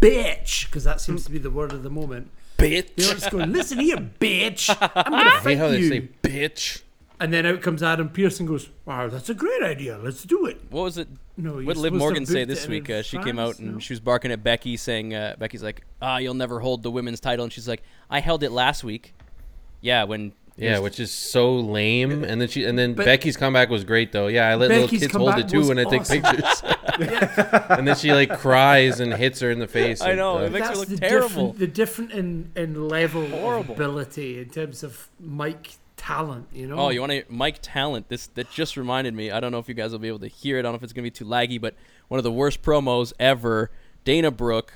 bitch," because that seems to be the word of the moment. They're bitch. just going, listen here, bitch. I'm gonna I hate fight how they you. say bitch. And then out comes Adam Pearce and goes, wow, that's a great idea. Let's do it. What was it? No, you're what did Liv supposed to Morgan say book this it in week? Uh, she came out advance, and no? she was barking at Becky, saying uh, Becky's like, "Ah, you'll never hold the women's title," and she's like, "I held it last week." Yeah, when Yeah, which is so lame. And then she and then But- Becky's comeback was great though. Yeah, I let little Becky's kids hold it comeback too was and I take awesome. pictures. and then she like cries and hits her in the face. I and, know, uh, it makes her look the terrible. Different, the different in, in level of Horrible. ability in terms of mic talent, you know? Oh, you want to Mike Talent? This that just reminded me. I don't know if you guys will be able to hear it. I don't know if it's gonna be too laggy, but one of the worst promos ever. Dana Brooke,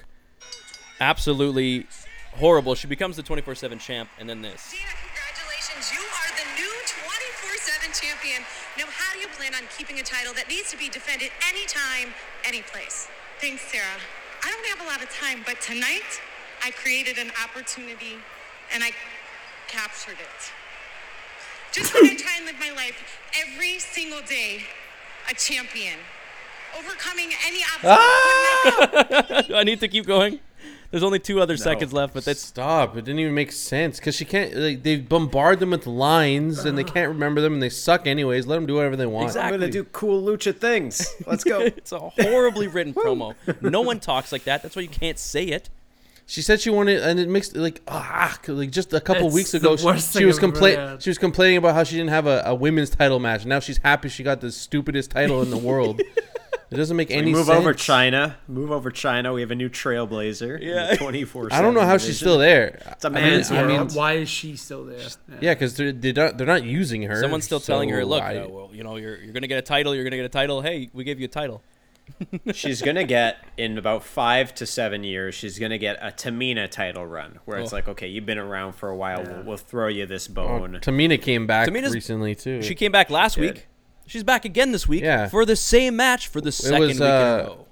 absolutely horrible. She becomes the 24/7 champ, and then this. Dina, congratulations. You are the new 24 7 champion. Now, how do you plan on keeping a title that needs to be defended anytime, any place? Thanks, Sarah. I don't have a lot of time, but tonight I created an opportunity and I captured it. Just when I try and live my life every single day, a champion. Overcoming any obstacle. I need to keep going. There's only two other seconds left, but that's Stop! It didn't even make sense because she can't. Like, they bombard them with lines and they can't remember them and they suck anyways. Let them do whatever they want. Exactly. I'm gonna do cool lucha things. Let's go. it's a horribly written promo. No one talks like that. That's why you can't say it. She said she wanted, and it makes like ah, like just a couple It's weeks the ago, she, worst she thing was I've ever complaining. heard. She was complaining about how she didn't have a, a women's title match. Now she's happy she got the stupidest title in the world. it doesn't make any Move sense. over China. Move over China. We have a new trailblazer. Yeah. Twenty four. I don't know how she's still there. It's a I mean, man's I mean, Yeah, why is she still there? Yeah. yeah, because they're they don't, they're not using her. Someone's still telling her, so "Look, I- uh, well, you know, you're you're gonna get a title. You're gonna get a title. Hey, we gave you a title." She's gonna get in about five to seven years. She's gonna get a Tamina title run, where it's Oh. like, okay, you've been around for a while. We'll, we'll throw you this Oh, bone. Tamina came back Tamina's- recently too. She came back last She did. week. She's back again this week Yeah. for the same match for the second was, week in a uh, row.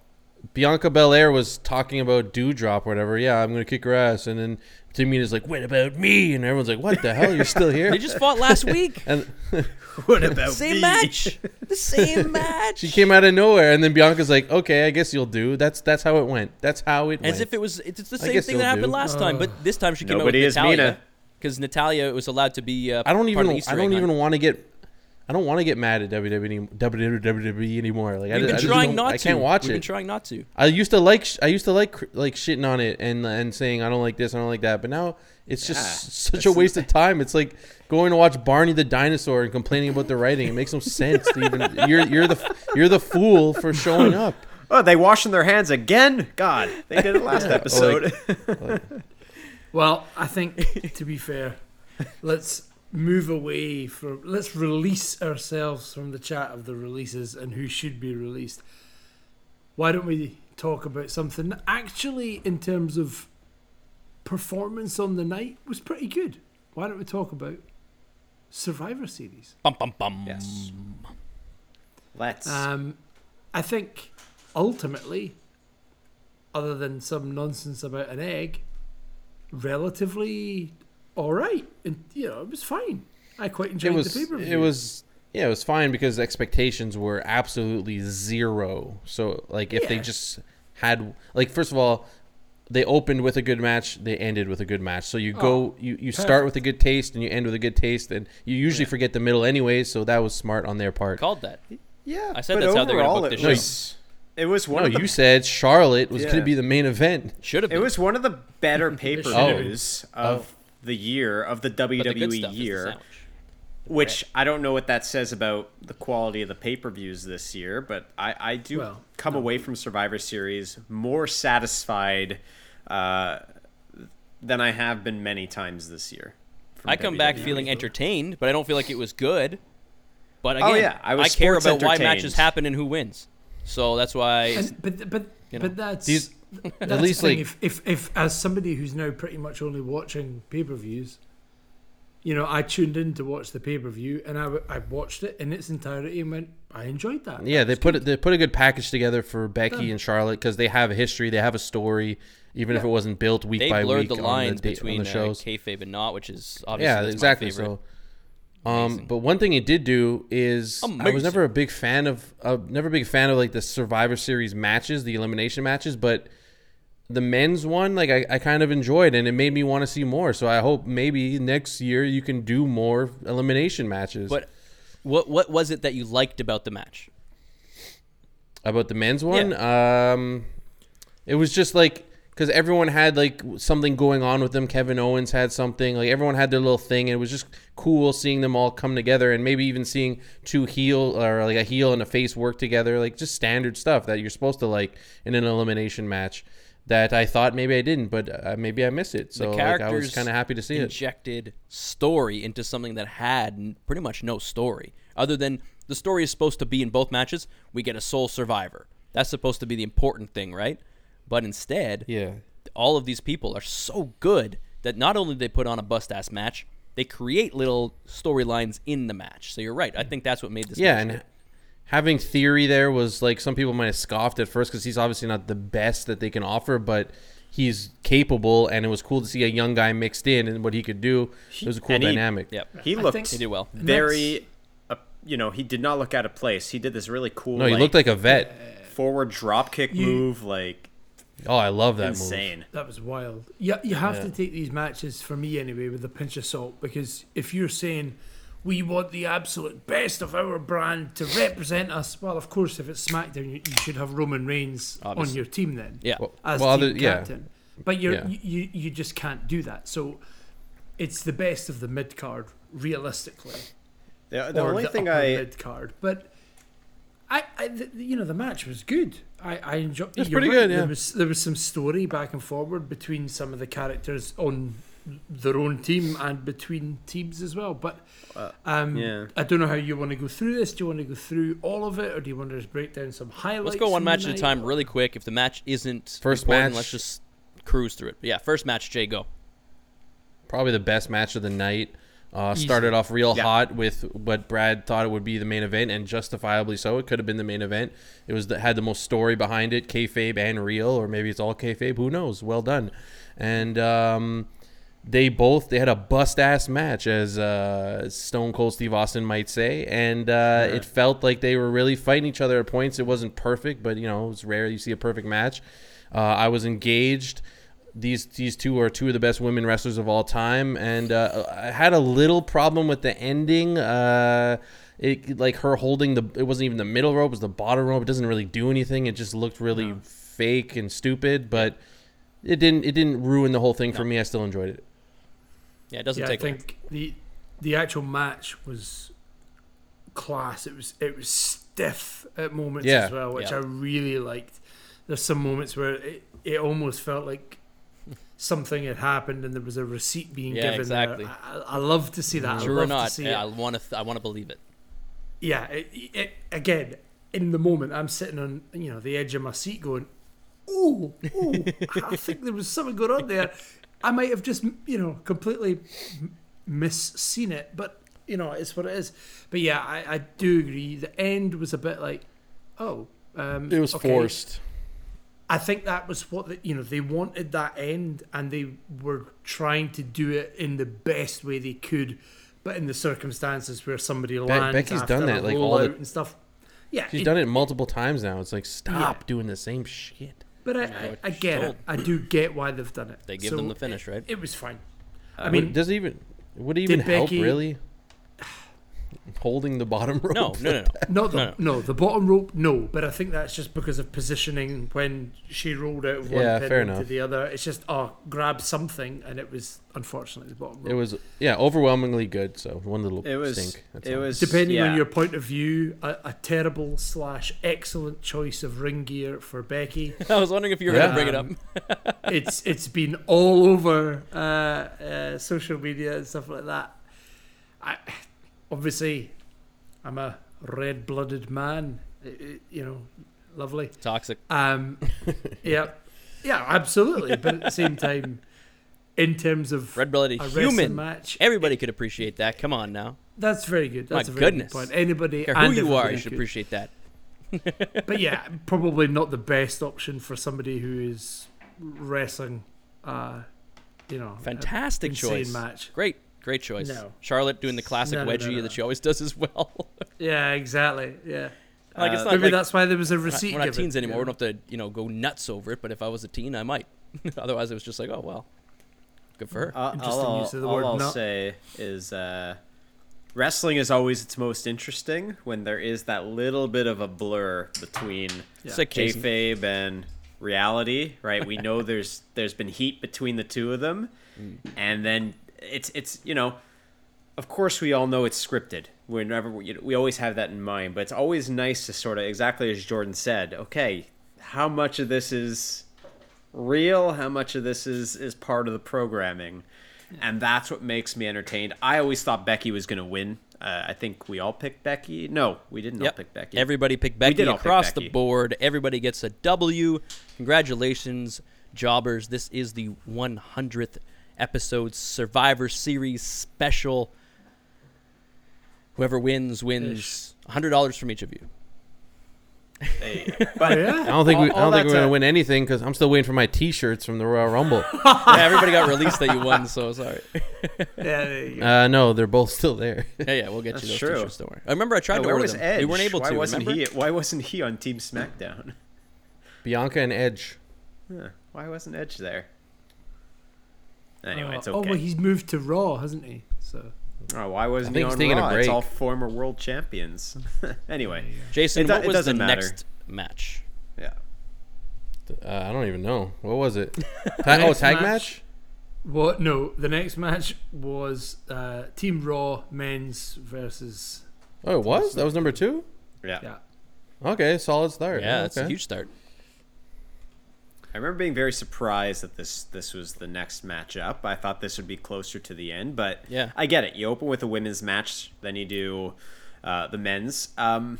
Bianca Belair was talking about Dewdrop or whatever. Yeah, I'm gonna kick her ass, and then Tamina's like, "What about me?" And everyone's like, "What the hell? You're still here?" They just fought last week. and what about same me? match. The same match. She came out of nowhere, and then Bianca's like, "Okay, I guess you'll do." That's that's how it went. That's how it As went. if it was it's the I same guess thing that you'll happened do. Uh, last time, but this time she came Nobody out with is Natalia Mina. because Natalia was allowed to be. Uh, I don't part of the even Easter I don't egg hunt. even want to get I don't want to get mad at WWE any- WWE anymore. Like I, We've ju- been I just trying don't- not I to. can't watch We've it. been trying not to. I used to like sh- I used to like cr- like shitting on it and and saying I don't like this, I don't like that. But now it's just such a waste of time. It's like going to watch Barney the dinosaur and complaining about the writing. It makes no sense. To even you're you're the f- you're the fool for showing up. Oh, they washing their hands again? God, they did it last episode. Well, I think to be fair, let's move away from let's release ourselves from the chat of the releases and who should be released. Why don't we talk about something that actually in terms of performance on the night was pretty good. Why don't we talk about Survivor series? Bum bum bum. yes. Let's. Um, I think ultimately, other than some nonsense about an egg, relatively all right, and you know it was fine. I quite it enjoyed was the paper. it was yeah it was fine because the expectations were absolutely zero so like if they Yeah. just had like first of all they opened with a good match they ended with a good match so you go Oh, you, you start with a good taste and you end with a good taste and you usually forget the middle anyway so that was smart on their part Called that. yeah, I said but that's how they were gonna overall book it the was. It was one no of the you said charlotte was going Yeah. to be the main event Should have It been. was one of the better pay per Oh. views of the year of the WWE but the good stuff is the E year, sandwich. which I don't know what that says about the quality of the pay per views this year, but I, I do Well, come away from Survivor Series more satisfied uh, than I have been many times this year. from E. I come back WWE. feeling entertained, but I don't feel like it was good. But again, Oh, yeah, I I, was care sports about why entertained. matches happen and who wins. So that's why And- but but know, but that's these- that's at least the thing. like if, if if as somebody who's now pretty much only watching pay per views. You know, I tuned in to watch the pay per view, and I, w- I watched it in its entirety and went, I enjoyed that. Yeah, they put it. They put a good package together for Becky and Charlotte because they have a history. They have a story, even if it wasn't built week they by blurred week. the on lines da- on between the shows. Uh, kayfabe and not, which is obviously yeah, that's my exactly. favorite. So, um, but one thing it did do is I was Amazing. never a big fan of, uh, never a big fan of like the Survivor Series matches, the elimination matches, but the men's one, like I, I kind of enjoyed and it made me want to see more. So I hope maybe next year you can do more elimination matches. But what what was it that you liked about the match? About the men's one, um, it was just like because everyone had like something going on with them. Kevin Owens had something. Like everyone had their little thing. And it was just cool seeing them all come together and maybe even seeing two heel or like a heel and a face work together. Like just standard stuff that you're supposed to like in an elimination match. That I thought maybe I didn't, but uh, maybe I missed it. So the like, I characters was kind of happy to see it. injected story into something that had n- pretty much no story other than the story is supposed to be in both matches we get a sole survivor that's supposed to be the important thing right but instead Yeah. all of these people are so good that not only they put on a bust ass match they create little storylines in the match so you're right i think that's what made this Yeah, match and good. having theory there was like some people might have scoffed at first because he's obviously not the best that they can offer, but he's capable, and it was cool to see a young guy mixed in and what he could do. It was a cool and he- dynamic. yep He I looked think- He did well. And Very, uh, you know, he did not look out of place. He did this really cool. No, he looked like a vet. forward drop kick move, like Oh, I love that move. insane. That was wild. Yeah, you have to take these matches for me anyway with a pinch of salt because if you're saying we want the absolute best of our brand to represent us, well, of course, if it's SmackDown, you, you should have Roman Reigns on your team then. yeah as Well, team other- yeah. captain. But you're, Yeah. you you you just can't do that. So it's the best of the mid card, realistically, The, the or only the thing upper I mid card. But I, I th- you know, the match was good. I I enjoyed. It's pretty good, yeah. There was there was some story back and forward between some of the characters on their own team and between teams as well. But um, yeah. I don't know how you want to go through this. Do you want to go through all of it, or do you want to just break down some highlights? Let's go one from the match at a night? time, really quick. If the match isn't First important, match. let's just cruise through it. But yeah, first match, Jay, go. Probably the best match of the night. Uh, started off real Yeah. hot with what Brad thought it would be the main event, and justifiably so. It could have been the main event. It was the, had the most story behind it, kayfabe and real, or maybe it's all kayfabe. Who knows? Well done. And um, they both they had a bust ass match, as uh, Stone Cold Steve Austin might say, and uh, it felt like they were really fighting each other at points. It wasn't perfect, but you know it's rare you see a perfect match. Uh, I was engaged. These these two are two of the best women wrestlers of all time, and uh, I had a little problem with the ending. Uh, it like her holding the it wasn't even the middle rope; it was the bottom rope. It doesn't really do anything. It just looked really fake and stupid, but. It didn't. It didn't ruin the whole thing for me. I still enjoyed it. Yeah, it doesn't Yeah, I take long. think the the actual match was class. It was it was stiff at moments Yeah, as well, which yeah. I really liked. There's some moments where it, it almost felt like something had happened and there was a receipt being Yeah, given. there. exactly. I, I love to see that. I True or love not, to see yeah, I it. want to. Th- I want to believe it. Yeah, it, it, again, in the moment, I'm sitting on you know the edge of my seat, going, "Ooh, ooh, I think there was something going on there." I might have just you know completely m- misseen it, but you know it's what it is. But yeah, I, I do agree. The end was a bit like, oh, um, It was okay. forced. I think that was what the, you know they wanted that end, and they were trying to do it in the best way they could, but in the circumstances where somebody lands Becky's after done a that, like, all the- rollout and stuff. Yeah, She's it- done it multiple times now. It's like stop doing the same shit. But I, I, I she's get told. it. I do get why they've done it. They give them the finish, right? Uh, It, it was fine. I mean, Does it even would it even help Becky- really? Holding the bottom rope. No, no, no, no. not the, no, the bottom rope, no. But I think that's just because of positioning when she rolled out of one Yeah, pin fair into enough. the other. It's just oh, grab something, and it was unfortunately the bottom rope. It was yeah, overwhelmingly good. So one little it was stink. That's it all. was Depending yeah. on your point of view, a, a terrible slash excellent choice of ring gear for Becky. I was wondering if you were Yeah. going to bring it up. it's it's been all over uh, uh, social media and stuff like that. I obviously I'm a red-blooded man, It- it- you know, lovely. Toxic. Um, yeah, yeah, absolutely. But at the same time, in terms of Red blooded a wrestling human. match, Everybody could appreciate that. Come on now. that's very good. That's My a very goodness. good point. Anybody, Care and who you are, everybody you should could- appreciate that. but yeah, probably not the best option for somebody who is wrestling. Uh, you know, a Fantastic insane choice. match. Great, great choice. No. Charlotte doing the classic No, no, no, wedgie no, that no. she always does as well. Yeah, exactly. Yeah. like it's not Uh, Maybe like, that's why there was a we're not- receipt. we're not given, teens you anymore. We know. don't have to you know go nuts over it. But if I was a teen, I might. Otherwise, it was just like, oh well, good for her. Uh, Interesting all, use of the all word I'll nut. say is uh, wrestling is always its most interesting when there is that little bit of a blur between Sick, Jason. kayfabe and reality. Right? We know there's there's been heat between the two of them, Mm. and then it's it's you know, of course we all know it's scripted. Whenever we, you know, we always have that in mind, but it's always nice to sort of exactly as Jordan said. Okay, how much of this is real how much of this is is part of the programming and that's what makes me entertained i always thought becky was going to win uh, i think we all picked becky no we didn't Yep. all pick becky Everybody picked Becky did all pick across the Becky. board. Everybody gets a W. Congratulations, jobbers. This is the 100th episode Survivor Series special. Whoever wins wins $100 from each of you. but I don't think we, All- I all don't think we're that's gonna a- win anything because I'm still waiting for my T-shirts from the Royal Rumble. Yeah, everybody got released that you won, so sorry. Yeah, there you go. uh, no, they're both still there. Yeah, yeah, we'll get you those That's true. t-shirts. Don't worry. I remember I tried uh, to where order was them. edge We weren't able why to. wasn't remember? he why wasn't he on team smackdown Bianca and Edge. Huh, why wasn't edge there anyway Uh, Oh, it's Oh, okay well, he's moved to Raw, hasn't he? So oh, why wasn't I he think he's on taking a Raw? it's break. all former world champions anyway Jason, It do- what it was the doesn't matter. next match? yeah Uh, I don't even know what was it. Ta- oh, Next tag match. match. what? No, the next match was uh, Team Raw men's versus Oh, it was. That was number two. yeah, yeah. Okay, solid start. Yeah, that's a okay. huge start. I remember being very surprised that this this was the next matchup. I thought this would be closer to the end, but Yeah. I get it. You open with a women's match, then you do uh, the men's. Um,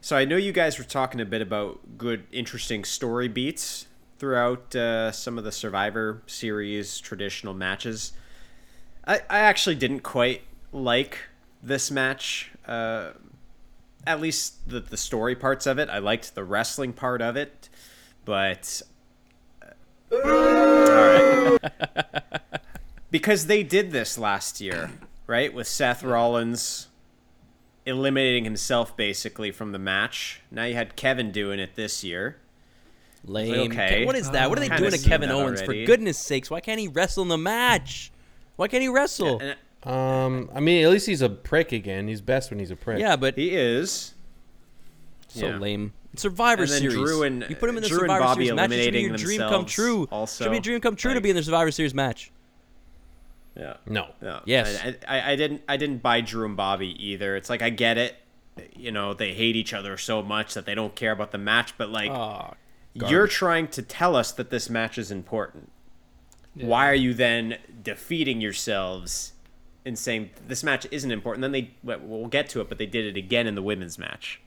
so I know you guys were talking a bit about good, interesting story beats throughout uh, some of the Survivor Series traditional matches. I, I actually didn't quite like this match. Uh, at least the, the story parts of it. I liked the wrestling part of it, but because they did this last year, right? With Seth Rollins eliminating himself basically from the match. Now you had Kevin doing it this year. Lame. okay. Ke- What is that? What are they Kinda doing to seen Kevin that Owens? already. For goodness sakes, why can't he wrestle in the match? Why can't he wrestle? Yeah, And Um, I mean, at least he's a prick again. He's best when he's a prick. but he is. so yeah. lame. Survivor And then Series. Drew and- you put him in the Drew and Survivor Bobby Series match. It should be your eliminating dream come themselves true. also. should be a dream come true to Like- be in the Survivor Series match. Yeah. No. No. Yes. I, I, I didn't. I didn't buy Drew and Bobby either. It's like I get it. You know they hate each other so much that they don't care about the match. But like, Oh, you're trying to tell us that this match is important. Why are you then defeating yourselves and saying this match isn't important? Then they well, we'll get to it, but they did it again in the women's match.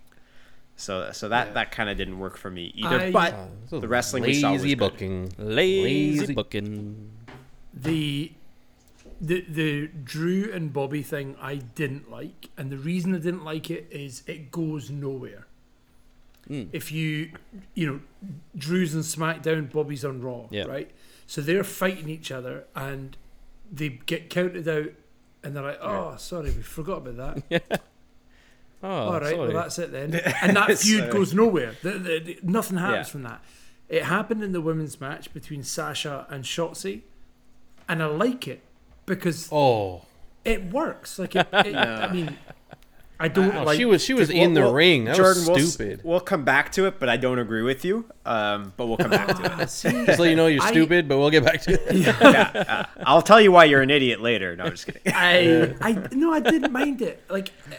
So so that that kind of didn't work for me either. I- but This is the wrestling we lazy saw was good. booking. lazy, Lazy. booking. the the the Drew and Bobby thing I didn't like, and the reason I didn't like it is it goes nowhere. If you you know, Drew's on SmackDown, Bobby's on Raw, Yeah. right? So they're fighting each other, and they get counted out, and they're like, "Oh, sorry, we forgot about that." Oh, All right, sorry. well that's it then. And that feud goes nowhere. The- the- the- nothing happens Yeah. from that. It happened in the women's match between Sasha and Shotzi, and I like it because Oh, it works. Like it, it I mean, I don't Oh, like. she was she was in the We'll- ring. That Jordan, we'll was s- stupid. We'll, come back to it, but I don't agree with you. Um, but we'll come back to it. Ah, see, Just let you know you're I- stupid, but we'll get back to it. I'll tell you why you're an idiot later. No, I'm just kidding. I, I no, I didn't mind it. Like, uh,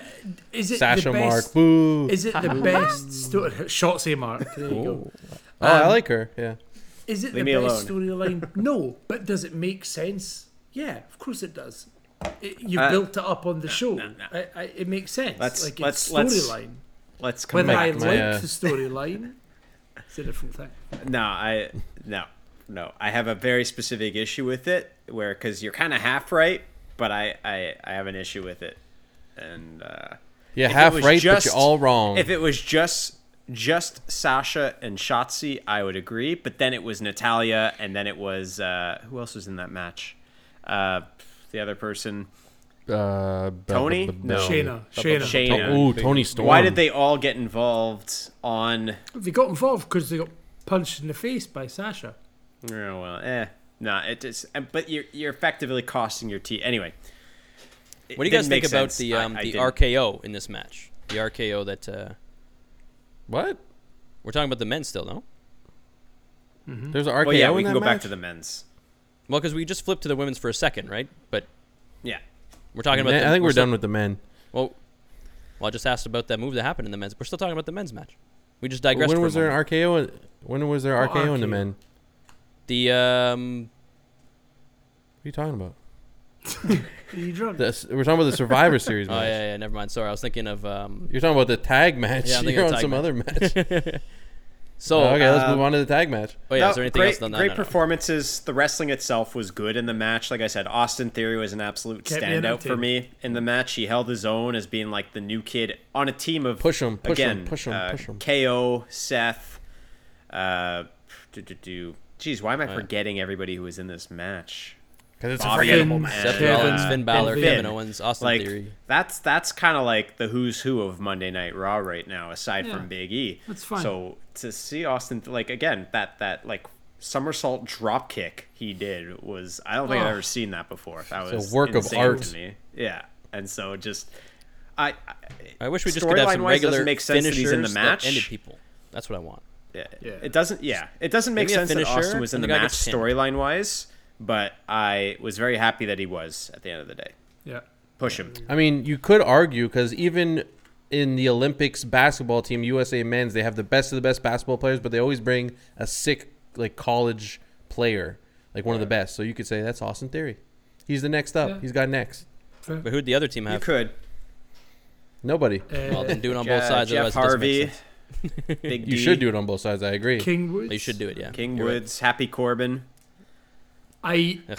is it Sasha the best, Mark. Boo. Is it the best story? Shotzi Mark. There you go. oh, I Um, like her. Yeah. Is it Leave the me best storyline? no, but does it make sense? Yeah, of course it does. It, you Uh, built it up on the show. I, I, it makes sense. Let's- like let's- it's let's- storyline. Let's come Whether back. I my, like uh, the storyline, it's a different thing. No, I no no. I have a very specific issue with it, where because you're kind of half right, but I, I I have an issue with it, and uh, Yeah, if it half was right, but just- you're all wrong. If it was just just Sasha and Shotzi, I would agree. But then it was Natalia, and then it was uh, who else was in that match? Uh, the other person, uh, b- Tony? b- b- No. Shayna, Shayna. Oh, Shayna. ooh, Tony Storm. Why did they all get involved on? oh, They got involved because they got punched in the face by Sasha. Oh, well, eh. No, it just. and- But you're you're effectively costing your team anyway. it What do you didn't guys make think about sense. the I- um, I the didn't- RKO in this match? The RKO that uh, What? we're talking about the men still, no? Hmm? There's an RKO Well, yeah, we in can go that back to match? the men's. Well, because we just flipped to the women's for a second, right? But Yeah. we're talking about. Man, the, I think we're, still- done with the men. Well, well, I just asked about that move that happened in the men's. We're still talking about the men's match. We just digressed. when for a was there moment. an RKO? in- When was there Oh, RKO in the RKO. men? What the um, are you talking about? Are you drunk? This- we're talking about the Survivor Series oh match. yeah, yeah, never mind. Sorry, I was thinking of um. You're talking about the tag match. Yeah, I'm thinking You're of on tag some match. other match. So Oh, okay, let's um, move on to the tag match. oh yeah, No, is there anything great, else? No, no, great no, no. performances. The wrestling itself was good in the match. Like I said, Austin Theory was an absolute Kept me standout for entertained. me in the match. He held his own as being like the new kid on a team of Push 'em, push 'em, again, push 'em, uh, push 'em. KO, Seth. Uh, do, do, do. Geez, why am I Oh, forgetting everybody who was in this match? Because it's Bobby forgettable Finn, match. Seth Kevin Rollins, Finn Balor, Finn. Kevin Owens, Austin like Theory. that's that's kind of like the who's who of Monday Night Raw right now, aside Yeah. from Big E. That's fine. So to see Austin like again that that like somersault drop kick he did was I don't think I've Oh. ever seen that before. That a was work of insane art. to me. Yeah, and so just I. I I wish we just could have some storyline-wise, it doesn't regular make sense that finishers he's in the match. that ended people. That's what I want. Yeah. Yeah. It doesn't. Yeah, it doesn't make Maybe a sense that finisher, Austin was in and the, the guy match gets pinned. storyline wise, but I was very happy that he was at the end of the day. yeah. Push him. I mean, you could argue because even in the Olympics basketball team, USA men's, they have the best of the best basketball players, but they always bring a sick like college player, like one of the best. So you could say that's Austin Theory. He's the next up. Yeah. He's got next. But who'd the other team You have? could. Nobody. Well, then do it on Yeah, both sides. Jeff otherwise it doesn't make Harvey. sense. Big You D, should do it on both sides. I agree. King Woods. You should do it. Yeah. King You're right. Woods, Happy Corbin. I Ugh.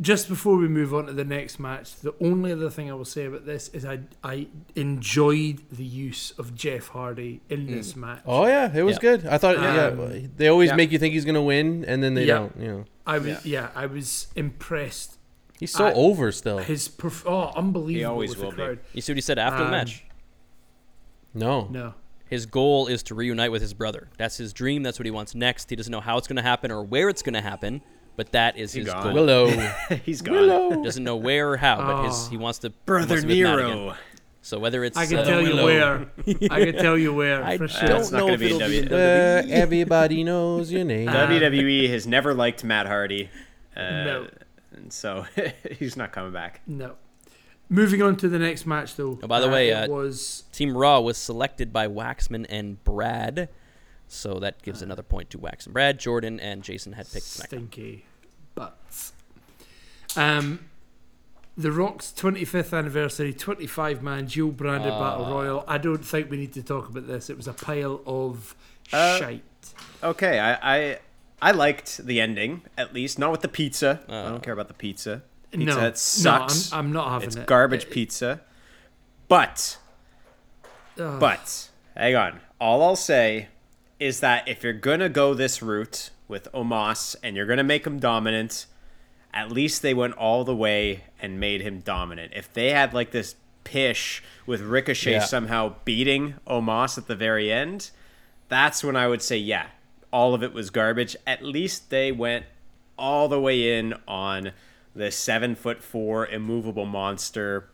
just before we move on to the next match, the only other thing I will say about this is I I enjoyed the use of Jeff Hardy Hmm. in this match. Oh yeah, it was Yeah. good. I thought yeah, Um, they always yeah. make you think he's gonna win, and then they Yeah. don't. You know, I was yeah. yeah. I was impressed. he's so I- over still. His perf- oh unbelievable always with will the be. crowd. You see what he said after the Um, match? no, No. His goal is to reunite with his brother. That's his dream. That's what he wants next. He doesn't know how it's going to happen or where it's going to happen, but that is his gone. goal. Willow, He's gone. Willow. Doesn't know where or how, but his, he wants to he Brother wants to be with Matt again. Nero. So whether it's Oh. I can uh, tell you Willow. where. I can tell you where I for don't sure. That's not know gonna if be it'll be in WWE. Where everybody knows your name. Ah. WWE E has never liked Matt Hardy. Uh, No. And so he's not coming back. No. Moving on to the next match though. Oh, by the way, it uh, was Team Raw was selected by Waxman and Brad. So that gives another point to Wax and Brad. Jordan and Jason had picked SmackDown. stinky butts. Um, the Rock's 25th anniversary, 25 man dual branded Ah. battle royal. I don't think we need to talk about this. It was a pile of Uh, shite. Okay, I, I I liked the ending at least, not with the pizza. I don't care about the pizza. Pizza Uh. no, Hut sucks. No, I'm, I'm not having it's it. garbage pizza. But but hang on. All I'll say is that if you're gonna go this route with Omos and you're gonna make him dominant, at least they went all the way and made him dominant. If they had like this pish with Ricochet Yeah. somehow beating Omos at the very end, that's when I would say, yeah, all of it was garbage. At least they went all the way in on the seven foot four immovable monster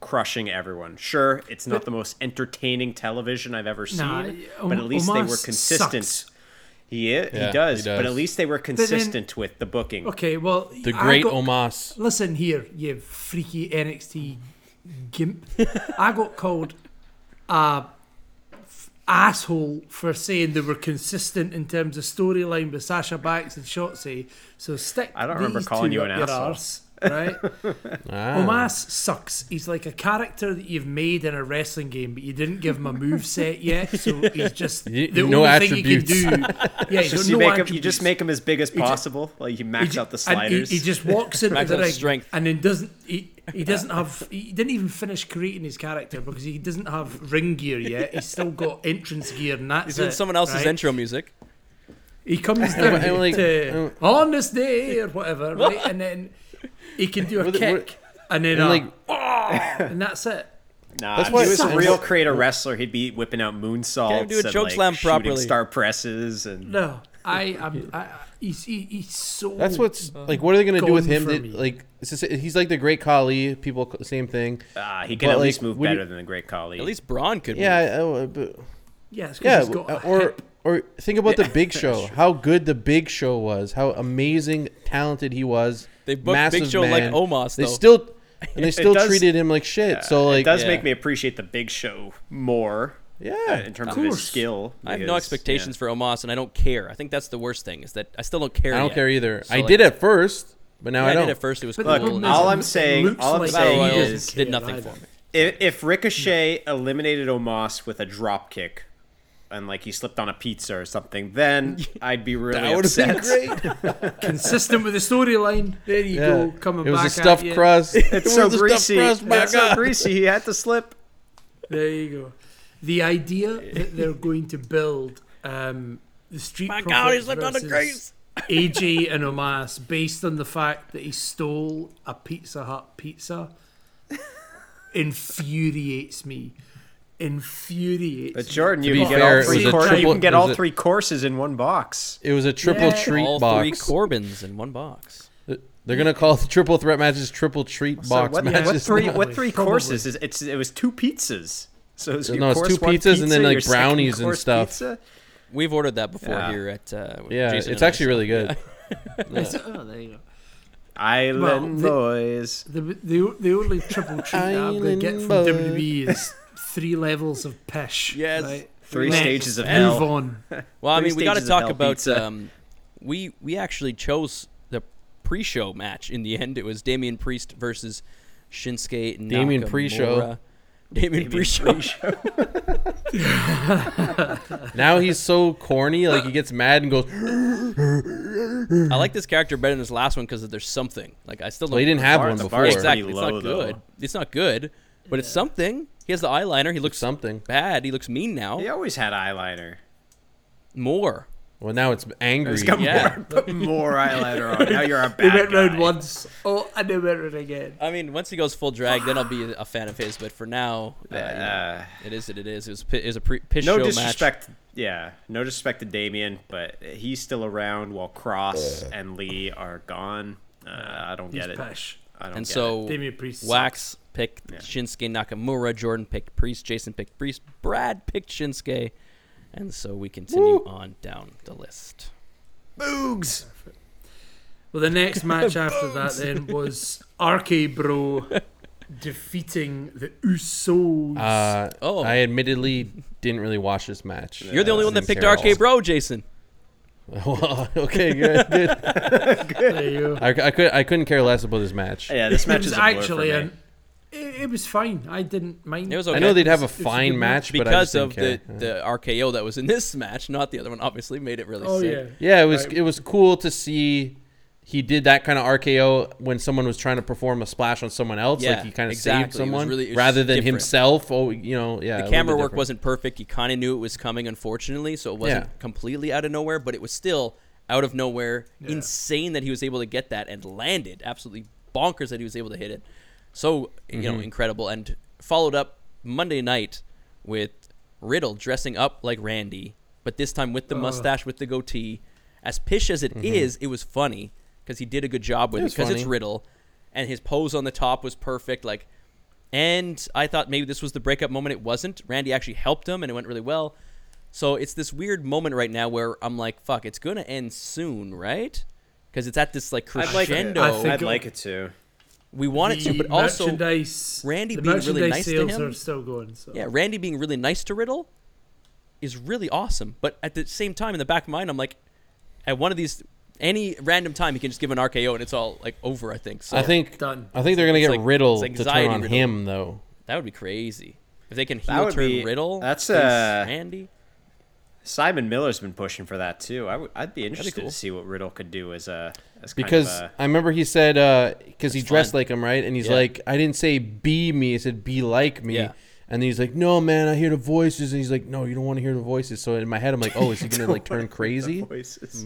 crushing everyone. Sure, it's not the most entertaining television I've ever seen, Nah, Om- but at least they Omos were consistent. sucks. He, is, Yeah, he, does, he does. but at least they were consistent with the booking. Okay, well, The great I got, Omas. Listen here, you freaky NXT gimp. I got called a f- asshole for saying they were consistent in terms of storyline with Sasha Banks and Shotzi. So stick. I don't these remember calling two you an up your asshole. arse, right? Ah. Omas sucks. He's like a character that you've made in a wrestling game, but you didn't give him a move set yet, so he's just You- the no only attributes. thing he can do. Yeah, he's Just got no you, make him, you attributes. just make him as big as ju- possible. like you He max ju- out the and he- sliders. He, just walks into Max the out ring strength. and then doesn't he, he doesn't have he didn't even finish creating his character because he doesn't have ring gear yet. He's still got entrance gear and that's He's in it, someone else's right? intro music. He comes down I'm like- to I'm- on this day or whatever, right? And then he can do a With the- with- kick and then And uh, like and that's it. Nah, That's if why he it was a sucks. real creative wrestler, he'd be whipping out moonsaults do a and choke like, slam shooting properly. star presses and No, I am. I, I- he's, he, he's so. That's what's like. What are they going to do with gone him? for That, me. like, it's just- he's like the great Kali. People, c- same thing. Ah, he can But, at like, least move would you- better than the Great Khali. At least Braun could. Yeah, move. I- I- but- Yeah, it's 'cause yeah. he's got a Or hip. or think about the Big Show. How good the Big Show was. How amazing, talented he was. They booked Big Massive Show like man. Omos, They though. still and they still does- treated him like shit. so it like, does yeah. make me appreciate the Big Show more. Yeah, uh, in terms of, course. his skill. I have no because, expectations yeah. for Omos, and I don't care. I think that's the worst thing is that I still don't care. I don't yet. care either. So, I like, did at first, but now yeah, I I don't. did at first. It was But cool. the problem and is all all I I'm it saying- looks all I'm like saying he doesn't is- did care nothing either. for me. If, if Ricochet eliminated Omos with a drop kick, and like he slipped on a pizza or something, then I'd be really That would have upset. been great. Consistent with the storyline. There you Yeah. go. Coming it was back a stuffed at you. crust. It's so was a stuffed greasy. crust, my It's so God. greasy. He had to slip. There you go. The idea that they're going to build um, the street. My God, he's lived on the graves. AJ and Omas, based on the fact that he stole a Pizza Hut pizza, infuriates me. Infuriates. But me. Jordan, you be can get fair, all it three. was a cour- you triple- can get it all was a- three courses in one box. It was a triple Yeah. treat three box. Corbins in one box. They're gonna call the triple threat matches triple treat box so what, matches. what three? Probably, What three probably. courses? Is it's it was two pizzas. So it was your No, it's course two one pizzas and then, pizza, like, your second brownies and course stuff. pizza. We've ordered that before Yeah. here at. Uh, with yeah, Jason it's and I, actually so- really good. Oh, there you go. Island the- boys. The, the, the only triple treat that I'm going Island to get from boy. WWE is three levels of pish. Yes. Three Next, stages of Move hell. on. Well, I Three mean, we got to stages of talk hell about. pizza. Um, we we actually chose the pre-show match in the end. It was Damian Priest versus Shinsuke Nakamura. Damian pre-show. Damien pre-show. now he's so corny, like he gets mad and goes. I like this character better than this last one because there's something. Like I still don't. Well, he didn't have bar- one the before. bar is Exactly. exactly. pretty It's low, not though. good. It's not good, but it's something. He has the eyeliner. He looks Something. bad. He looks mean now. He always had eyeliner. More. Well, now it's angry. He's got Yeah. more, put more eyeliner on. Now you're a bad They went round guy. Uh, once. Oh, and they went round again. I mean, once he goes full drag, then I'll be a fan of his. But for now, uh, you know, Uh, it is what it is. It was pi- it was a pre- piss no show match. disrespect. Yeah, no disrespect to Damien, but he's still around while Cross and Lee are gone. Uh, I don't get it. Pish. I don't And get so Damian Priest Wax picked Shinsuke Nakamura. Jordan picked Priest. Jason picked Priest. Brad picked Shinsuke. And so we continue on down the list. Boogs. Well, the next match after that then was RK Bro defeating the Usos. Uh, Oh. I admittedly didn't really watch this match. Uh, You're the only one that picked RK Bro, Jason. well, okay, good. good. there you go. I, I could I couldn't care less about this match. Yeah, this It match was is a blur actually for me. an. It, it was fine. I didn't mind. It was I okay. know they'd have a a fine good match, but I because just didn't of the, care. the RKO that was in this match, not the other one, obviously made it really Oh sick. yeah. Yeah, it was it was cool to see he did that kind of RKO when someone was trying to perform a splash on someone else. Yeah, like he kind of exactly. It saved was someone really- it was rather than different. himself. Oh, you know, yeah. The a little camera bit work different. wasn't perfect. You kind of knew it was coming, unfortunately, so it wasn't Yeah. completely out of nowhere, but it was still out of nowhere. Insane that he was able to get that and land it. Absolutely bonkers that he was able to hit it. So you Mm-hmm. know, incredible. And followed up Monday night with Riddle dressing up like Randy, but this time with the mustache, with the goatee. As pish as it Mm-hmm. is, it was funny because he did a good job with it It was because it's funny. Riddle, and his pose on the top was perfect. Like and I thought maybe this was the breakup moment. It wasn't. Randy actually helped him, and it went really well. So it's this weird moment right now where I'm like, "Fuck, it's gonna end soon, right?" Because it's at this like I'd like it. crescendo. I think- I'd like it to. we want it to, The but also, merchandise, Randy the being really merchandise nice to sales him. are still going. So. yeah, Randy being really nice to Riddle is really awesome. But at the same time, in the back of my mind, I'm like, at one of these, any random time, he can just give an RKO, and it's all like over. I think. So I think Done. I think they're gonna uh, It's get like- Riddle it's to turn anxiety on Riddle. him though. that would be crazy if they can That heel would turn be- Riddle. that's, face uh, Randy. Simon Miller's been pushing for that too. I w- I'd be interested cool. to see what Riddle could do as a as kind Because of I remember he said because he dressed fine. like him, right? And he's uh, Yeah. like, I didn't say be me, I said be like me. Yeah. And he's like, "No, man, I hear the voices." And he's like, "No, you don't want to hear the voices." So in my head, I'm like, "Oh, is he Mm-hmm. gonna like turn crazy?" Voices.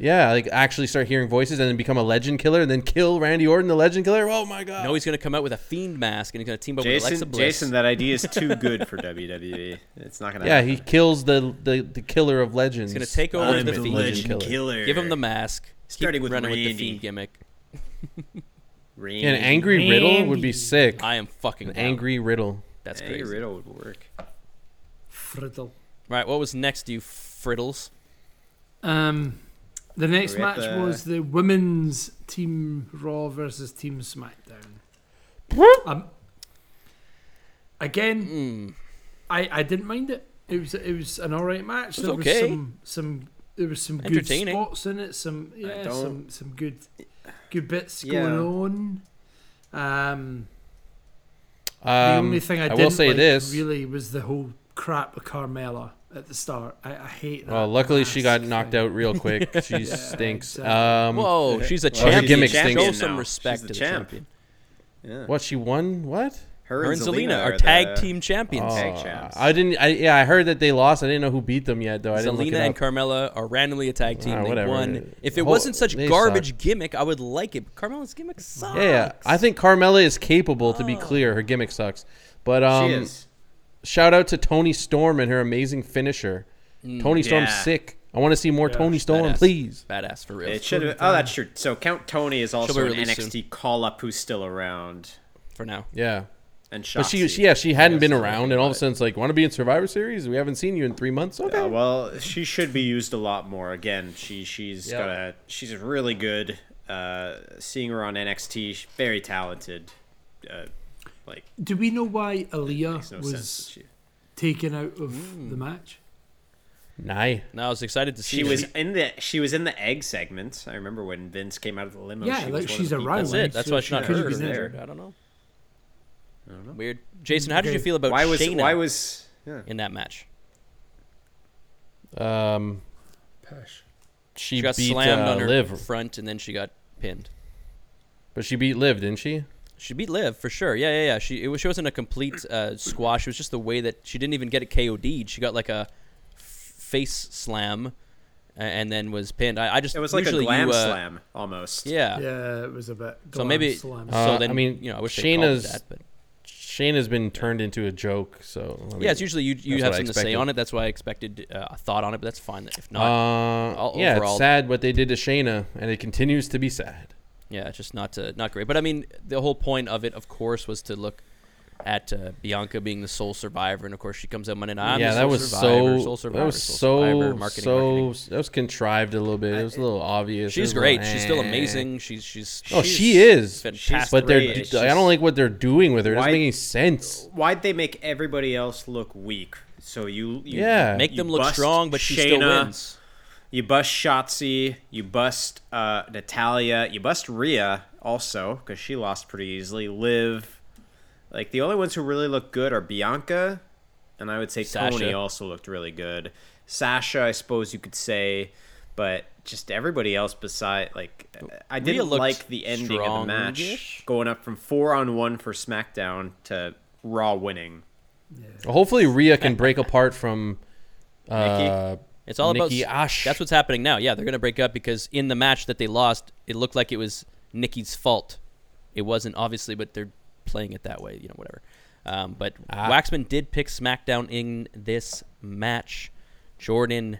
Yeah, like actually start hearing voices and then become a legend killer and then kill Randy Orton, the legend killer. Oh my god! No, he's going to come out with a fiend mask and he's going to team up with Alexa Jason, Bliss. Jason, that idea is too good for WWE. It's not gonna. yeah, happen. he kills the the, the killer of legends. He's going to take over the the fiend. legend killer. Give him the mask. Starting Keep with running with the Randy. fiend gimmick. An angry riddle would be sick. I am fucking down. angry riddle. That's Angry crazy. Riddle would work. Friddle. Right, what was next, you frittles? Um, the next We have match the- was the women's team Raw versus Team SmackDown. um, again, I I didn't mind it. It was it was an all right match. was there okay. was some some there was some good Entertaining. spots in it. Some yeah, don't- some some good good bits Yeah. going on. Um, the Um, only thing I, I didn't will say like this. really was the whole crap with Carmella at the start. I, I hate that. well, Uh, luckily she got mask knocked thing. out real quick. She stinks. exactly. Um, Whoa, she's a Well, she's a champion. gimmick Show champion some now. respect She's to the the champ. champion. what she won? What? Her, Her and Zelina are the- tag team Oh. champions. Tag champs. I didn't. I, yeah, I heard that they lost. I didn't know who beat them yet, though. I didn't look Zelina it and up. Carmella are randomly a tag team. Ah, they whatever. won. If it Whole- wasn't such they garbage suck. gimmick, I would like it. But Carmella's gimmick sucks. yeah, yeah, I think Carmella is capable. To be Oh. clear, her gimmick sucks. But um, she is. shout out to Tony Storm and her amazing finisher. Mm, Tony Storm's Yeah. sick. I want to see more Tony Storm, Badass. please. Badass for real. It should have. Oh, that's true. So Count Tony is be also an released soon. NXT call up who's still around. for now. Yeah. And But she, she, yeah, she hadn't been around, and all of a sudden it's like, want to be in Survivor Series? We haven't seen you in three months. Okay. Uh, well, she should be used a lot more. Again, she she's Yeah. got a she's really good. Uh, seeing her on NXT, she's very talented. Uh, like Do we know why Aaliyah makes no sense. that was She, Hmm. taken out of the match? Nye. Now I was excited to see. she that. was in the she was in the egg segment. I remember when Vince came out of the limo. Yeah, she was like, one of she's the a people. That's it. That's why it's She not could've her. been There. injured. I don't know. Weird. Jason, how did you Okay. feel about Why was Shayna why was yeah. in that match? Um, Pish. she, She got beat slammed uh, on her Liv, front, and then she got pinned. but she beat Liv, didn't she? She beat Liv for sure. Yeah, yeah, yeah. She it was, she wasn't a complete uh, squash. It was just the way that she didn't even get it KOD'd. She got like a f- face slam, a- and then was pinned. I, I just It was like a usually you, glam uh, slam almost. Yeah. Yeah, it was a bit. So maybe slam. so Uh, then I mean, you know I wish they called it Shayna's- that, but Shayna's been turned into a joke, so I mean, yeah, it's usually you you that's have what I something to say expected. on it. That's why I expected uh, a thought on it, but that's fine. If Uh, not, yeah, overall- it's sad what they did to Shayna, and it continues to be sad. Yeah, it's just not uh, not great. But I mean, the whole point of it, of course, was to look at uh, Bianca being the sole survivor, and of course she comes out Monday night. I'm the yeah, that sole was survivor, so. sole survivor, that was sole so. survivor, marketing, so marketing. that was contrived a little bit. It was a little obvious. It She's was a great. little, She's still eh. amazing. She's she's. Oh, she's she is. fantastic. But they're. great. It's I just- don't like what they're doing with her. It doesn't Why- make any sense. Why'd they make everybody else look weak? So you, you Yeah. Make you them look bust strong, but she Shayna, still wins. You bust Shotzi, you bust uh, Natalia, you bust Rhea also because she lost pretty easily. Liv, like the only ones who really look good are Bianca, and I would say Tony Sasha. also looked really good. Sasha, I suppose you could say, but just everybody else beside like I didn't looked like the ending of the match strong-ish. going up from four on one for SmackDown to Raw winning. Hopefully, Rhea can break apart from. Uh, It's all Nikki about Ash. That's what's happening now. Yeah, they're gonna break up because in the match that they lost, it looked like it was Nikki's fault. It wasn't obviously, but they're playing it that way. You know, whatever. Um, but Waxman did pick SmackDown in this match. Jordan,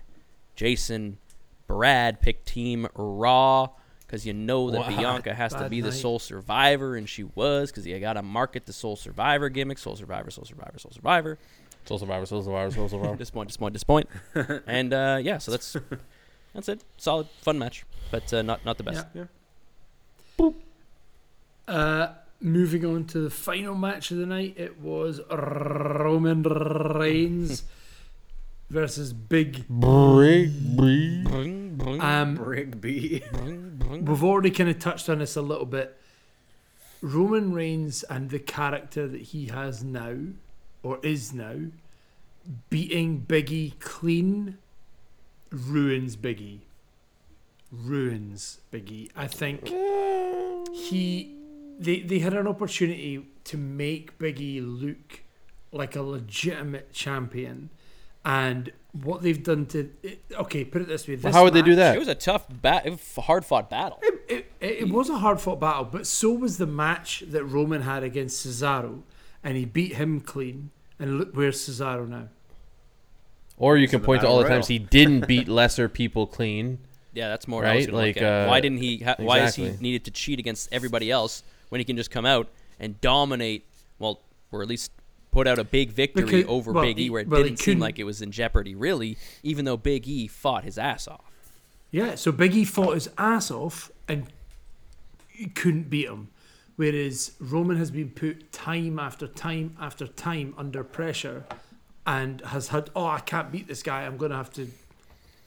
Jason, Brad picked Team Raw because you know that Wow. Bianca has to Bad be the night. sole survivor, and she was because you got to market the sole survivor gimmick. Sole survivor, sole survivor, sole survivor Soul Survivor, Soul Survivor, Soul Survivor. disappoint, disappoint, disappoint. and uh, yeah, so that's that's it. Solid, fun match, but uh, not not the best. Yeah. Uh, moving on to the final match of the night, it was Roman Reigns versus Big. Uh, Um, Rigby. we've already kind of touched on this a little bit. Roman Reigns and the character that he has now, or is now, beating Biggie clean ruins Biggie. Ruins Biggie. I think he they they had an opportunity to make Biggie look like a legitimate champion. And what they've done to it, okay, put it this way. This How would they do match- that? It was a tough, bat, hard fought battle. it, it, it was a hard fought battle, but so was the match that Roman had against Cesaro, and he beat him clean. And look where's Cesaro now. Or you can point to Battle all the Royal. times he didn't beat lesser people clean. Yeah, that's more Right? right. Like, Like, uh, why didn't he? Ha- Why is he exactly. needed to cheat against everybody else when he can just come out and dominate? Well, or at least put out a big victory Because- over well, Big E, he- where it well, he didn't seem couldn't- like it was in jeopardy, really. Even though Big E fought his ass off. Yeah, so Big E fought his ass off and he couldn't beat him. Whereas Roman has been put time after time after time under pressure and has had, oh, I can't beat this guy. I'm going to have to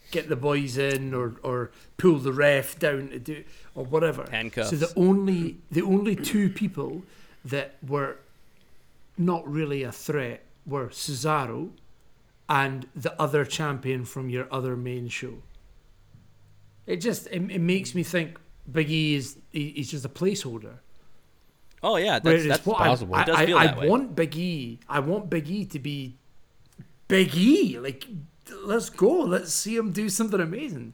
get the boys in or, or pull the ref down to do or whatever. Handcuffs. So the only the only two people that were not really a threat were Cesaro and the other champion from your other main show. It just it, it makes me think Big E is he, he's just a placeholder. Oh yeah, that's, Whereas that's what possible. I, It does I, feel I, that I way. want Big E. I want Big E to be Big E. Like let's go. Let's see him do something amazing.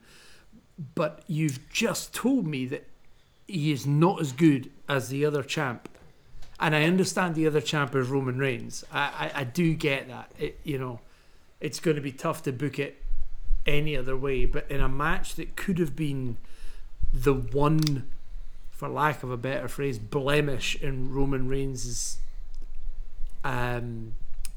But you've just told me that he is not as good as the other champ. And I understand the other champ is Roman Reigns. I, I, I do get that. It, you know, it's going to be tough to book it any other way. But in a match that could have been the one, for lack of a better phrase, blemish in Roman Reigns' um,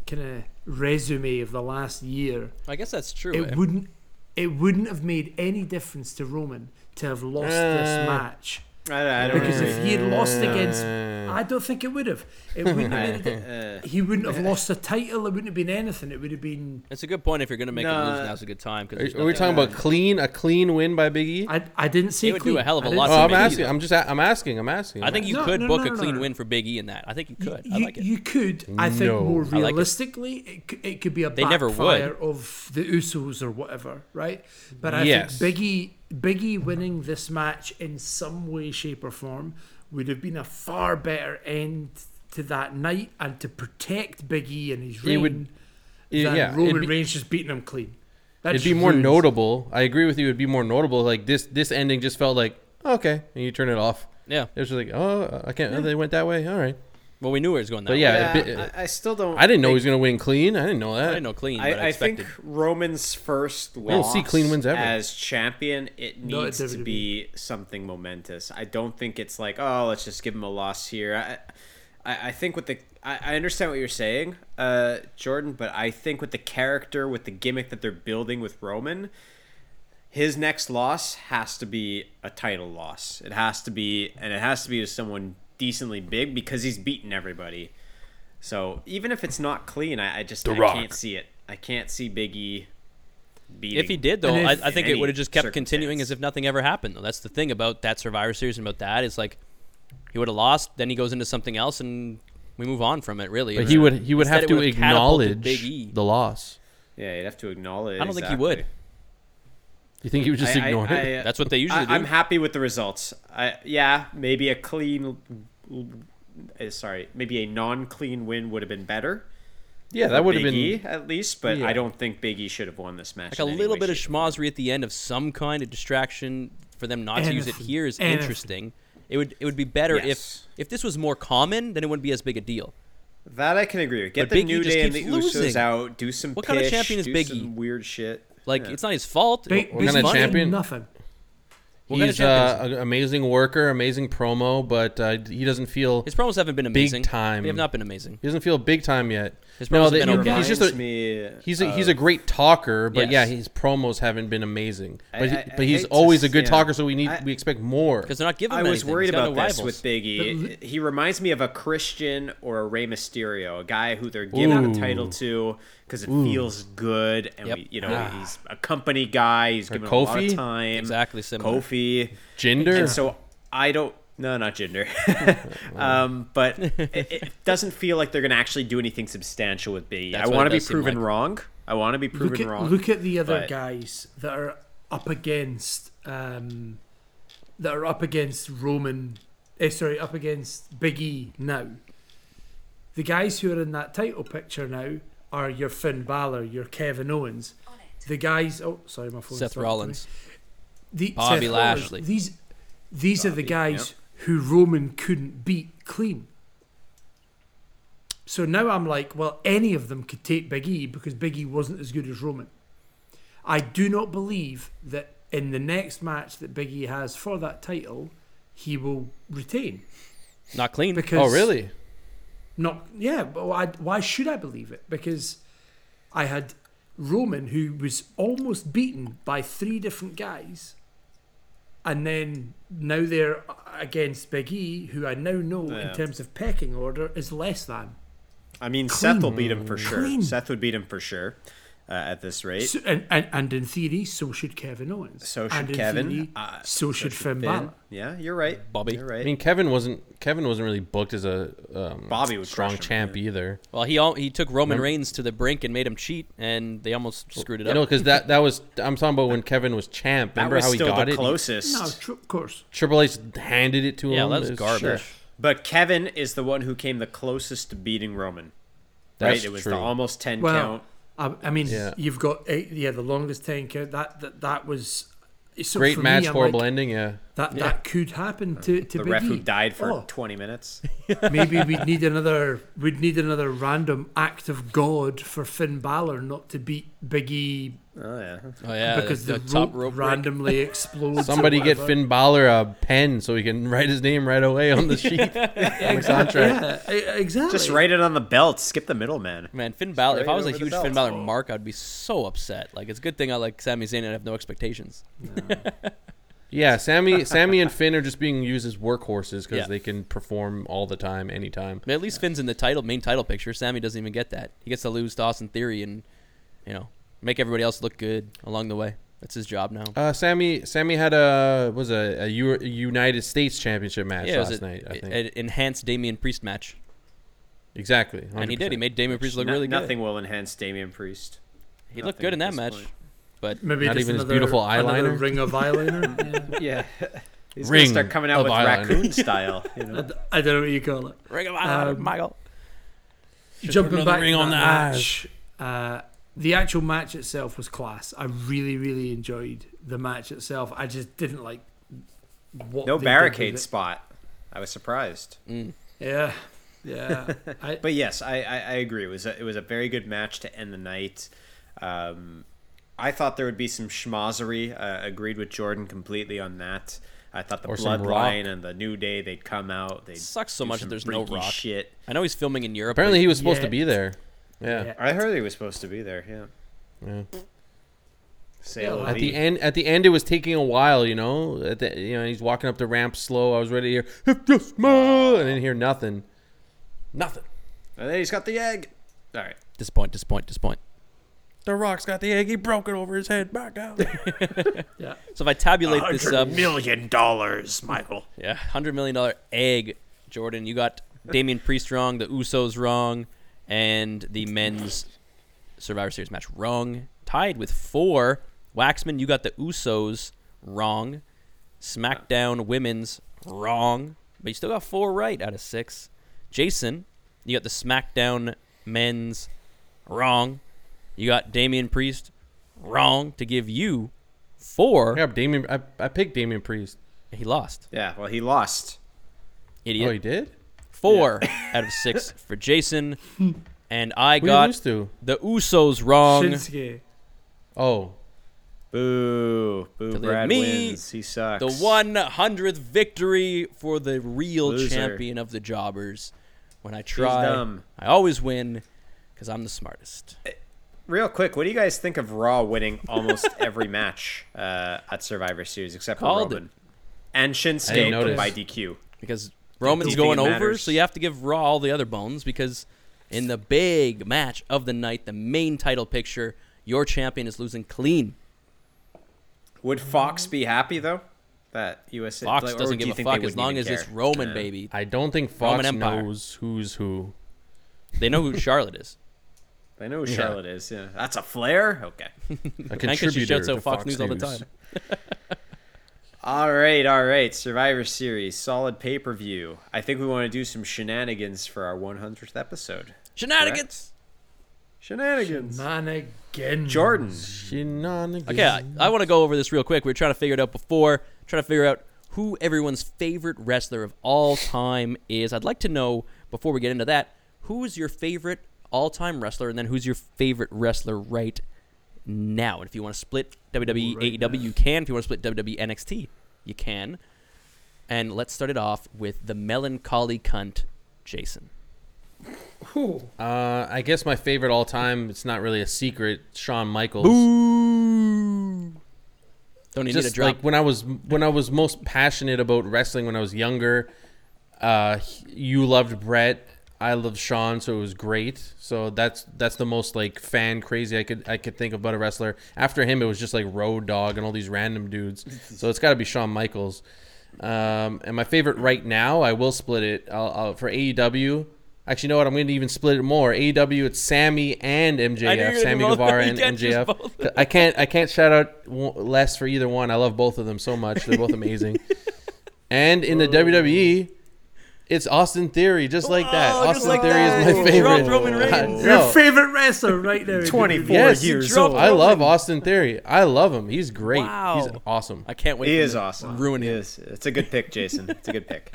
kind of resume of the last year, I guess that's true. it wouldn't it wouldn't have made any difference to Roman to have lost Uh, this match. I, I don't Because really- if he had lost against, I don't think it would have. It wouldn't have made Uh, a di- He wouldn't have lost the title. It wouldn't have been anything. It would have been. it's a good point if you're gonna make a No. lose. Now's a good time Are, because are we talking about clean? A clean win by Big E? I, I didn't say. It would do clean. a hell of I a didn't lot say Oh, I'm Big E, asking. though. I'm just. a- I'm asking. I'm asking. I think you No, could no, book no, a no, clean no. win for Big E in that. I think you could. I you, like it. you could, I think, No. more I like it. realistically, it. c- it could be a They never backfire of the Usos or whatever, right? But I Yes. think Biggie Biggie winning this match in some way, shape, or form would have been a far better end to that night and to protect Biggie and his It reign would- it- than yeah, Roman it'd be- Reigns just beating him clean. That It'd be more ruins- notable. I agree with you. It'd be more notable. Like this. This ending just felt like okay, and you turn it off. Yeah. It was just like oh, I can't. oh, they went that way. All right. Well, we knew it was going that. But way. yeah, Yeah, it bi- I, I still don't. I didn't know he was think- gonna win clean. I didn't know that. I didn't know clean, I, but I, I expected. think Roman's first don't loss see clean wins ever. as champion, it No, needs it's to WWE. be something momentous. I don't think it's like, oh, let's just give him a loss here. I, I, I think with the, I, I understand what you're saying, uh, Jordan, but I think with the character, with the gimmick that they're building with Roman, his next loss has to be a title loss. It has to be, and it has to be to someone decently big because he's beaten everybody. So even if it's not clean, I, I just I can't see it. I can't see Big E beating. If he did, though, And I, if- I think in it would have any just kept continuing as if circumstance. nothing ever happened. Though that's the thing about that Survivor Series and about that is like he would have lost, then he goes into something else, and we move on from it. Really, But he would. He would Instead, have it to would've catapulted acknowledge Big E. the loss. yeah, you'd have to acknowledge. I don't think he would. You think he would just I- I- ignore it? I- That's what they usually I, do. I'm happy with the results. I, yeah, maybe a clean, uh, sorry, maybe a non-clean win would have been better. yeah, that would have Big been. E, at least, but Yeah. I don't think Big E should have won this match. like a in any little way, bit of shape, or form. schmozzery at the end of some kind of distraction for them not to use it Anything. here is Anything. interesting. It would it would be better Yes. if if this was more common, then it wouldn't be as big a deal. That I can agree with. Get But the Big E New just Day and the keeps losing. Usos out. Do some. What kind of pish, champion is do Big some E? Weird shit. Like it's not his fault. Big, What Big kind of E did champion? Nothing. What kind of He's uh, champion an amazing worker, amazing promo, but uh, he doesn't feel His promos haven't been big amazing. time. They have not been amazing. he doesn't feel big time yet. His promos No, have that been he- okay. he's just a, Reminds me he's a, of- he's a great talker, but yeah, Yes. his promos haven't been amazing. But, he, I- I but he's hate to always a good s- yeah. talker, so we need I- we expect more. Because they're not giving. I him was anything. worried He's got about no this rivals. with Big E. He reminds me of a Christian or a Rey Mysterio, a guy who they're giving the title to because it feels good, and Yep. we, you know Ah. he's a company guy. He's given a lot Kofi? of time. Exactly similar. Kofi. Jinder, And so I don't. No, not gender. um, but it, it doesn't feel like they're going to actually do anything substantial with Big E. I That's what want it to be does seem proven like. wrong. I want to be proven look at, wrong. Look at the other but- guys that are up against um, that are up against Roman. Eh, sorry, up against Big E now. The guys who are in that title picture now are your Finn Balor, your Kevin Owens. The guys, oh, sorry, my phone. Seth Rollins. The, Bobby Seth Rollins. Lashley. These, these are the guys who Roman couldn't beat clean. So now I'm like, well, any of them could take Big E because Big E wasn't as good as Roman. I do not believe that in the next match that Big E has for that title, he will retain. Not clean. Because Oh, really? Not yeah, but why, why should I believe it? Because I had Roman who was almost beaten by three different guys, and then now they're against Big E, who I now know Yeah. in terms of pecking order is less than. I mean, Seth will beat him for sure. Clean. Seth would beat him for sure uh, at this rate. So, and, and and in theory, so should Kevin Owens. So and should in Kevin. theory, Uh, so, should Finn Balor. Yeah, you're right, Bobby. You're right. I mean, Kevin wasn't Kevin wasn't really booked as a um, Bobby would strong crush him, champ yeah. either. Oh, Well, he all, he took Roman Reigns to the brink and made him cheat, and they almost screwed it You up. know, because that that was I'm talking about when Kevin was champ. that Remember was how he still got the it? He- closest. No, tr- of course. Triple H handed it to yeah, him. that's It was- garbage. sure. But Kevin is the one who came the closest to beating Roman. That's right? It was true. the almost ten Well, count. I, I mean, Yeah. you've got eight, yeah the longest ten count. That that that was so Great for match, Me, I'm horrible like, ending. Yeah. That that could happen to to The Big ref who E. died for Oh, 20 minutes. maybe we'd need another we'd need another random act of God for Finn Balor not to beat Big E Oh yeah. Oh yeah, because the, top rope rope break. randomly explodes. or Somebody get whatever. Finn Balor a pen so he can write his name right away on the sheet on the contract. Yeah, e- exactly. Just write it on the belt. Skip the middleman. Man, Finn Balor. If I Straight was a over the huge belt. Finn Balor mark, I'd be so upset. Like, it's a good thing I like Sami Zayn and I have no expectations. Yeah, Sammy, Sammy, and Finn are just being used as workhorses because Yeah. they can perform all the time, anytime. But at least Finn's in the title, main title picture. Sammy doesn't even get that. He gets to lose to Austin Theory and, you know, make everybody else look good along the way. That's his job now. Uh, Sammy, Sammy had a was a, a U- United States Championship match yeah, it was last a- night. I a- think an enhanced Damian Priest match, exactly, 100%. and he did. He made Damian Priest look No- really good. Nothing will enhance Damian Priest. he looked nothing good in at that this match, point. but Maybe Not just even his another, beautiful another eyeliner? ring of eyeliner. Yeah. Yeah. He's Ring gonna start coming out of with eyeliner. raccoon style. You know? I don't know what you call it. Ring of Honor, Um, Michael. Jumping another back ring to on that the match, uh, the actual match itself was class. I really, really enjoyed the match itself. I just didn't like what they No did with barricade it. spot. I was surprised. Yeah, yeah. I, But yes, I, I, I agree. It was a, it was a very good match to end the night. Um, I thought there would be some schmozzery. Uh, agreed with Jordan completely on that. I thought the Or some bloodline and the new day they'd come out. They'd Sucks so do much that some there's no freaky Rock. shit. I know he's filming in Europe. Apparently, but- he was supposed Yeah. to be there. Yeah. yeah. I heard he was supposed to be there. Yeah. Yeah. Sail Yeah. At the end, at the end, it was taking a while. You know, at the, you know, he's walking up the ramp slow. I was ready to hear "If you smile," and then hear nothing, nothing. And then Oh, he's got the egg. All right. disappoint, disappoint, disappoint. The Rock's got the egg. He broke it over his head. Back out. So if I tabulate this up, million dollars, Michael. yeah, hundred million dollar egg, Jordan. You got Damian Priest wrong, the Usos wrong, and the men's Survivor Series match wrong. Tied with four. Waxman, you got the Usos wrong. SmackDown women's wrong, but you still got four right out of six. Jason, you got the SmackDown men's wrong. You got Damian Priest wrong to give you four. yeah, Damien. I, I picked Damien Priest. He lost. Yeah. Well, he lost. Idiot. Oh, he did. Four out of six for Jason. And I Who you got lose to? the Usos wrong. Shinsuke. Oh, Boo. Boo. leave Brad me wins. He sucks. The 100th victory for the real Loser. champion of the jobbers. When I try, dumb. I always win because I'm the smartest. Real quick, what do you guys think of Raw winning almost every match uh, at Survivor Series except for Called it. Roman and Shinsuke didn't notice. by DQ? Because Roman's think going it over, matters? so you have to give Raw all the other bones because in the big match of the night, the main title picture, your champion is losing clean. Would Fox be happy though? That USA Fox like, or doesn't do give you a think they fuck as wouldn't long even as it's care? Roman, Yeah. baby. I don't think Roman Fox Empire. knows who's who. They know who Charlotte is. I know who Charlotte is. Yeah, that's a flare. Okay. A And 'cause she contributor shouts to out Fox News all the time. All right, all right. Survivor Series, solid pay per view. I think we want to do some shenanigans for our 100th episode. Shenanigans. Shenanigans. Man again. Jordan. Shenanigans. Okay, I, I want to go over this real quick. We were trying to figure it out before, trying to figure out who everyone's favorite wrestler of all time is. I'd like to know before we get into that, who is your favorite all-time wrestler, and then who's your favorite wrestler right now? And if you want to split WWE AEW, you can. If you want to split E WWE NXT, you can. And let's start it off with the melancholy cunt, Jason. Cool. Uh, I guess my favorite all time. It's not really a secret. Shawn Michaels. Don't you need a Just drop? like when I was when I was most passionate about wrestling when I was younger. Uh, you loved Brett. I loved Shawn, so it was great. So that's that's the most like fan crazy I could I could think of about a wrestler. After him, it was just like Road Dog and all these random dudes. So it's got to be Shawn Michaels. Um, and my favorite right now, I will split it I'll, I'll, for AEW. Actually, you know what? I'm going to even split it more. AEW, it's Sammy and I knew you were MJF. gonna Sammy do both. Guevara You and can't choose MJF. both. I can't I can't shout out w- less for either one. I love both of them so much. They're both amazing. and in the WWE, it's Austin Theory, just like that. Oh, just Austin like Theory that. is You my favorite. dropped Roman I- Reigns. Your no, favorite wrestler right now. 24 Yes, you years dropped old. I love Austin Theory. I love him. He's great. He's Wow. awesome. I can't wait. He for is the- awesome. Ruin He him. is. It's a good pick, Jason. It's a good pick.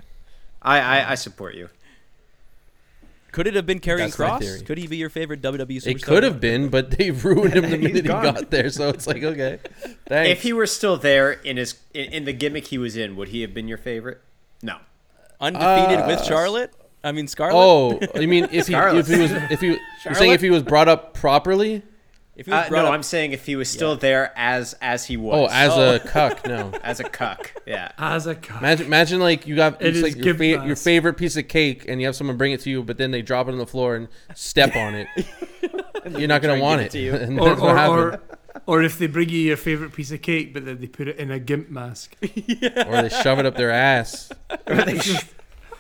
I, I, I support you. Could it have been Karrion That's my Cross? theory. Could he be your favorite WWE superstar? It could have been, but they ruined him the He's minute he gone. got there. So it's like, okay, thanks. If he were still there in his in, in the gimmick he was in, would he have been your favorite? No. undefeated with Charlotte. I mean Scarlett. Uh, oh, I mean, if he Scarlet. if he was if he you're saying Charlotte? if he was brought up properly. if he was Uh, brought no, up- I'm saying if he was still there as as he Oh, was. as Oh. a cuck, no. as a cuck. Yeah. As a cut. Imagine, imagine like you got It it's is like your, give fa- your class. favorite piece of cake, and you have someone bring it to you, but then they drop it on the floor and step on it. You're not try and gonna want give it. it to you. And or, that's what or, happened. or, or if they bring you your favorite piece of cake, but then they put it in a gimp mask. Or, they shove it up their ass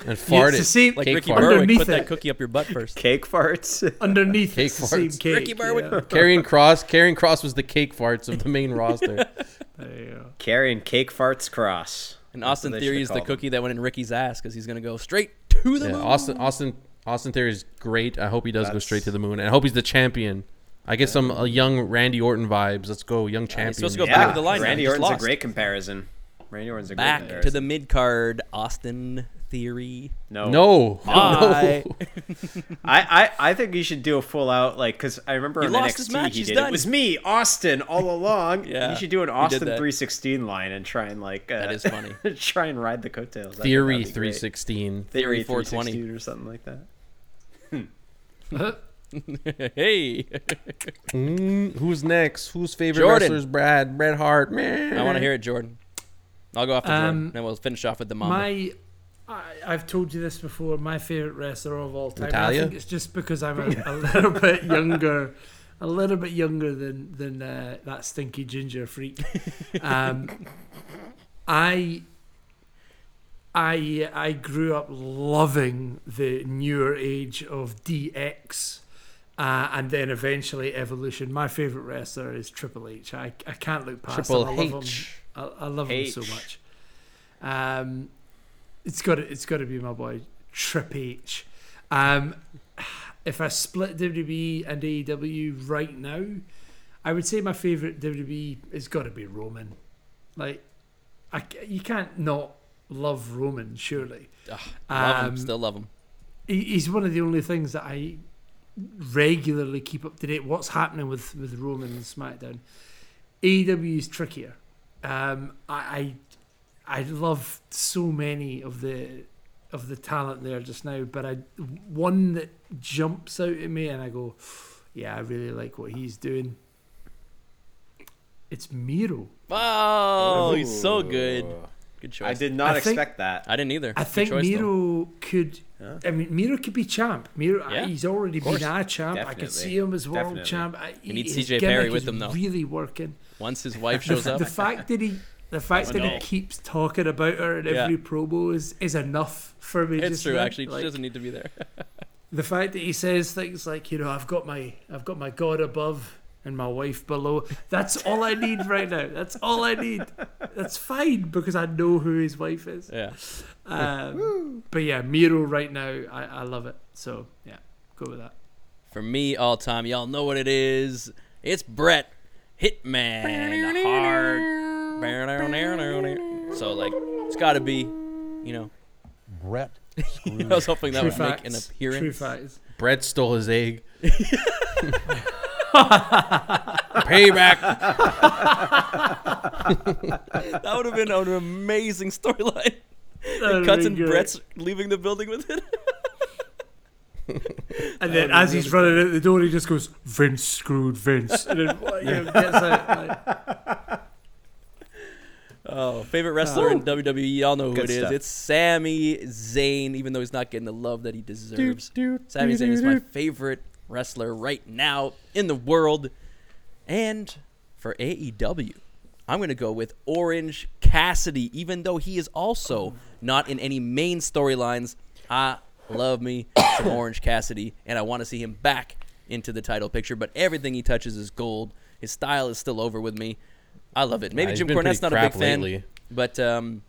and fart it's it. the same- Like cake Ricky fart. Berwick put Underneath that it. cookie up your butt first. Cake farts. Underneath Cake it's the same farts. cake. Ricky Barwick. yeah. Carrying Cross, Carrying Cross was the cake farts of the main roster. There you go. Carrying cake farts cross. And That's what Austin they Theory should've is the called cookie that went in Ricky's ass because he's gonna go straight to the Yeah, moon. Austin, Austin, Austin Theory is great. I hope he does go That's- straight to the moon, and I hope he's the champion. I get some uh, young Randy Orton vibes. Let's go, young champion. supposed to go him. back Yeah, of the line now, Randy just Orton's lost. a great comparison. Randy Orton's a great Back to comparison. the mid card, Austin Theory. no, No, Bye. no. I, I, I think you should do a full out like because I remember He on lost NXT his match, he he's did done. it was me Austin all along. Yeah, you should do an he did Austin that. three sixteen line and try and like uh, That is funny. try and ride the coattails. I think Theory that'd be great. three sixteen. Theory Theory 420. 420 or something like that. hey, Mm, Who's next? Whose favorite Jordan. wrestler's Brad? Bret Hart. I want to hear it, Jordan. I'll go after Jordan, Um, and we'll finish off with the mama. My, I, I've told you this before. My favorite wrestler of all time. and Natalia? I think it's just because I'm a, a little bit younger, a little bit younger than than uh, that stinky ginger freak. Um, I. I I grew up loving the newer age of DX, uh, and then eventually Evolution. My favorite wrestler is Triple H. I, I can't look past Triple him. I love him. H. I, I love him so H. much. Um, it's got to, it's got to be my boy Trip H. Um, if I split WWE and AEW right now, I would say my favorite WWE has got to be Roman. Like, I c you can't not love Roman. Surely, love him, um, still love him. he, he's one of the only things that I regularly keep up to date. What's happening with with Roman and SmackDown? AEW is trickier. Um, I, I I love so many of the of the talent there just now, but I one that jumps out at me and I go, yeah, I really like what he's doing. It's Miro. Oh, he's so good. Good choice. I did not I think- expect that. I didn't either. I Good think choice, though. Miro could. I mean, Miro could be champ. Miro, Yeah, he's already been a champ. I Definitely. could see him as world Definitely. champ. I, We need his CJ gimmick Perry with is him, though. Really working. Once his wife The, shows up, the fact that he, the fact that no. he keeps talking about her in Yeah. every promo is is enough for me. it's just true. now. Actually, she Like, doesn't need to be there. the fact that he says things like, you know, I've got my, I've got my God above and my wife below. That's all I need right now. That's all I need. that's fine because I know who his wife is. Yeah. Um, but yeah, Miro right now, I, I love it. So yeah, go with that. For me, all time, y'all know what it is. It's Brett Hitman Hard. So like, it's got to be, you know. Brett. I was hoping that True would facts. make an appearance. True facts. Brett stole his egg. Payback. That would have been an amazing storyline. That'd Cuts be and great. Brett's leaving the building with it. And then as he's running out the door, he just goes, Vince screwed Vince. And then you know, gets out. Like, Oh, favorite wrestler in WWE, y'all know who Good it is. stuff. It's Sami Zayn, even though he's not getting the love that he deserves. Sami Zayn is my favorite wrestler right now in the world. And for AEW, I'm going to go with Orange Cassidy, even though he is also not in any main storylines. I love me some Orange Cassidy, and I want to see him back into the title picture, but everything he touches is gold. His style is still over with me. I love it. Maybe he's Jim been Cornette's pretty not a crap big fan, lately. but um,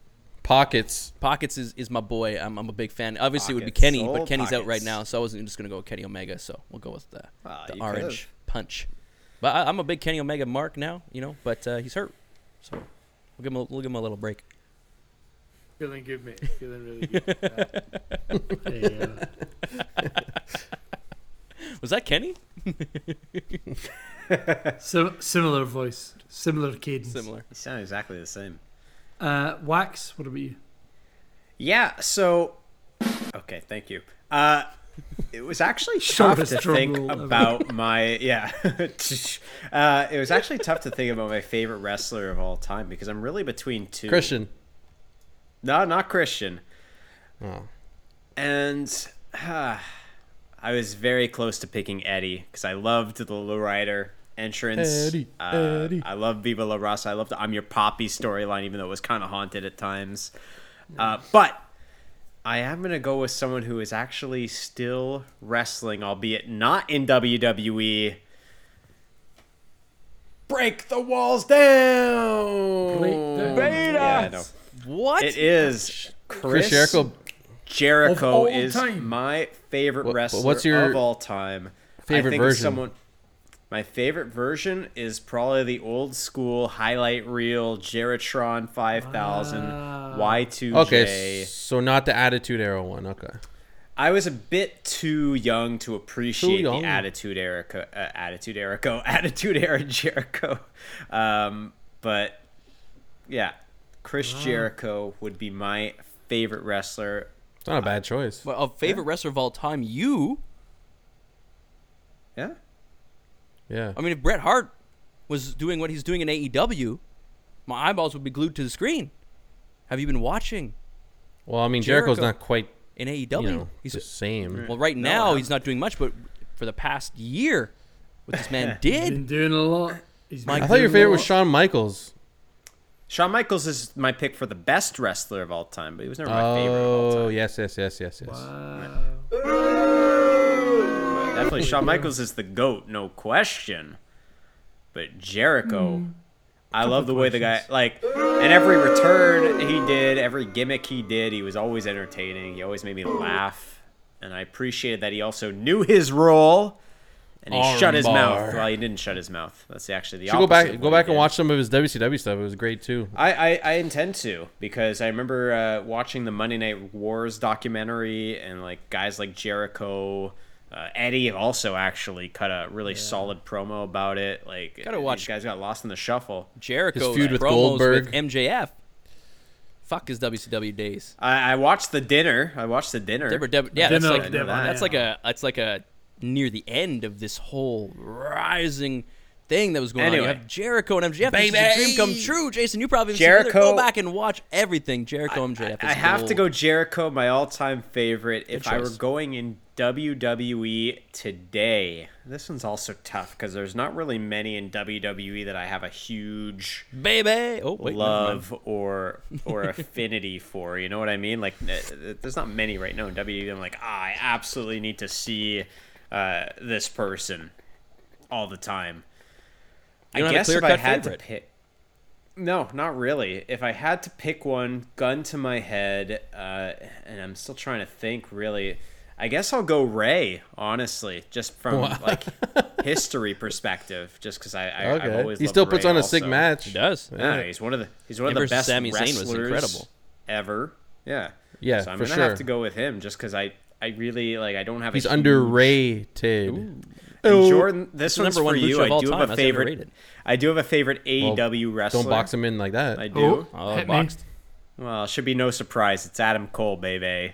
Pockets. Pockets is, is my boy. I'm, I'm a big fan. Obviously, it would be Pockets. Kenny, but Old Kenny's out right Pockets. now, so I wasn't just going to go with Kenny Omega, so we'll go with the, Ah, the you orange could've. punch. But I, I'm a big Kenny Omega mark now, you know, but uh, he's hurt. So we'll give, him a, we'll give him a little break. Feeling good, mate. Feeling really good. Yeah. There you go. Was that Kenny? Sim- similar voice, similar cadence. Similar. You sound exactly the same. Uh, Wax, what about you? Yeah, so okay, thank you. Uh, it was actually tough to Shortest drum think roll ever. about my yeah. uh, it was actually tough to think about my favorite wrestler of all time because I'm really between two. Christian. No, not Christian. Oh. And ah, I was very close to picking Eddie because I loved the lowrider entrance. Eddie, Uh, Eddie. I love Viva La Raza. I love the I'm Your Poppy storyline, even though it was kind of haunted at times. Uh, but I am going to go with someone who is actually still wrestling, albeit not in WWE. Break the walls down! down. Yeah, I know. What? It is Chris Chris, Jericho. Of Jericho all is time. my favorite Wha- wha- wrestler what's your of all time. favorite I think version? Someone, my favorite version is probably the old school highlight reel Geritron 5000 Y2J. Ah. Okay, so not the Attitude Era one. Okay. I was a bit too young to appreciate young. the attitude era, uh, attitude era, attitude era Jericho. Um, but yeah, Chris Ah. Jericho would be my favorite wrestler It's not a bad choice. Well, a favorite wrestler of all time, you? Yeah. Yeah. I mean, if Bret Hart was doing what he's doing in AEW, my eyeballs would be glued to the screen. Have you been watching Well, I mean, Jericho's Jericho- not quite, in you AEW? know, he's the same. Well, right now he's not doing much, but for the past year, what this man did, Been doing a lot. He's Mike- been I thought your doing a favorite was lot. Shawn Michaels. Shawn Michaels is my pick for the best wrestler of all time, but he was never my favorite of all Oh, time. yes, yes, yes, yes, yes. Definitely Shawn Michaels is the GOAT, no question. But Jericho, I love the way the guy, like, in every return he did, every gimmick he did, he was always entertaining. He always made me laugh. And I appreciated that he also knew his role. And he shut his Armbar. mouth. Well, he didn't shut his mouth. That's actually the You should go opposite. back, of go what he back and did. watch some of his WCW stuff. It was great too. I, I, I intend to because I remember uh, watching the Monday Night Wars documentary and like guys like Jericho, uh, Eddie also actually cut a really solid promo about it. Like Gotta these watch- guys got lost in the shuffle. Jericho His feud with promos Goldberg. with MJF. Fuck his WCW days. I, I watched the dinner. I watched the dinner. They were deb- yeah, that's Dinner, like dinner, that's yeah. like a that's like a near the end of this whole rising thing that was going on. Anyway. You have Jericho and MJF. This is a dream come true, Jason. You probably haven't seen either. Jericho- Go back and watch everything Jericho and MJF. I is have to gold. go Jericho, my all-time favorite. If I were choice. going in WWE today, this one's also tough because there's not really many in WWE that I have a huge baby. Oh wait, never mind. love or or affinity for. You know what I mean? Like, th- th- there's not many right now in WWE. I'm like, ah, I absolutely need to see uh, this person all the time. You don't I have a guess if I clear-cut had favorite. to pick, No, not really. If I had to pick one, gun to my head, uh, and I'm still trying to think. Really, I guess I'll go Ray. Honestly, just from like history perspective, just because I, I I've Okay. always He loved still puts Ray on a also. sick match. He does. Yeah, he's one of the he's one Him of the versus best Sami Zayn was wrestlers incredible. ever. Yeah, Yeah, So I'm for gonna sure. have to go with him just because I I really like I don't have He's a huge- underrated. And Jordan, this the one's number for one you. lucha of I all do time. have a That's favorite. underrated. I do have a favorite AEW wrestler. Don't box him in like that. I Oh, do. Oh, hit me. boxed. Well, it should be no surprise. It's Adam Cole, baby.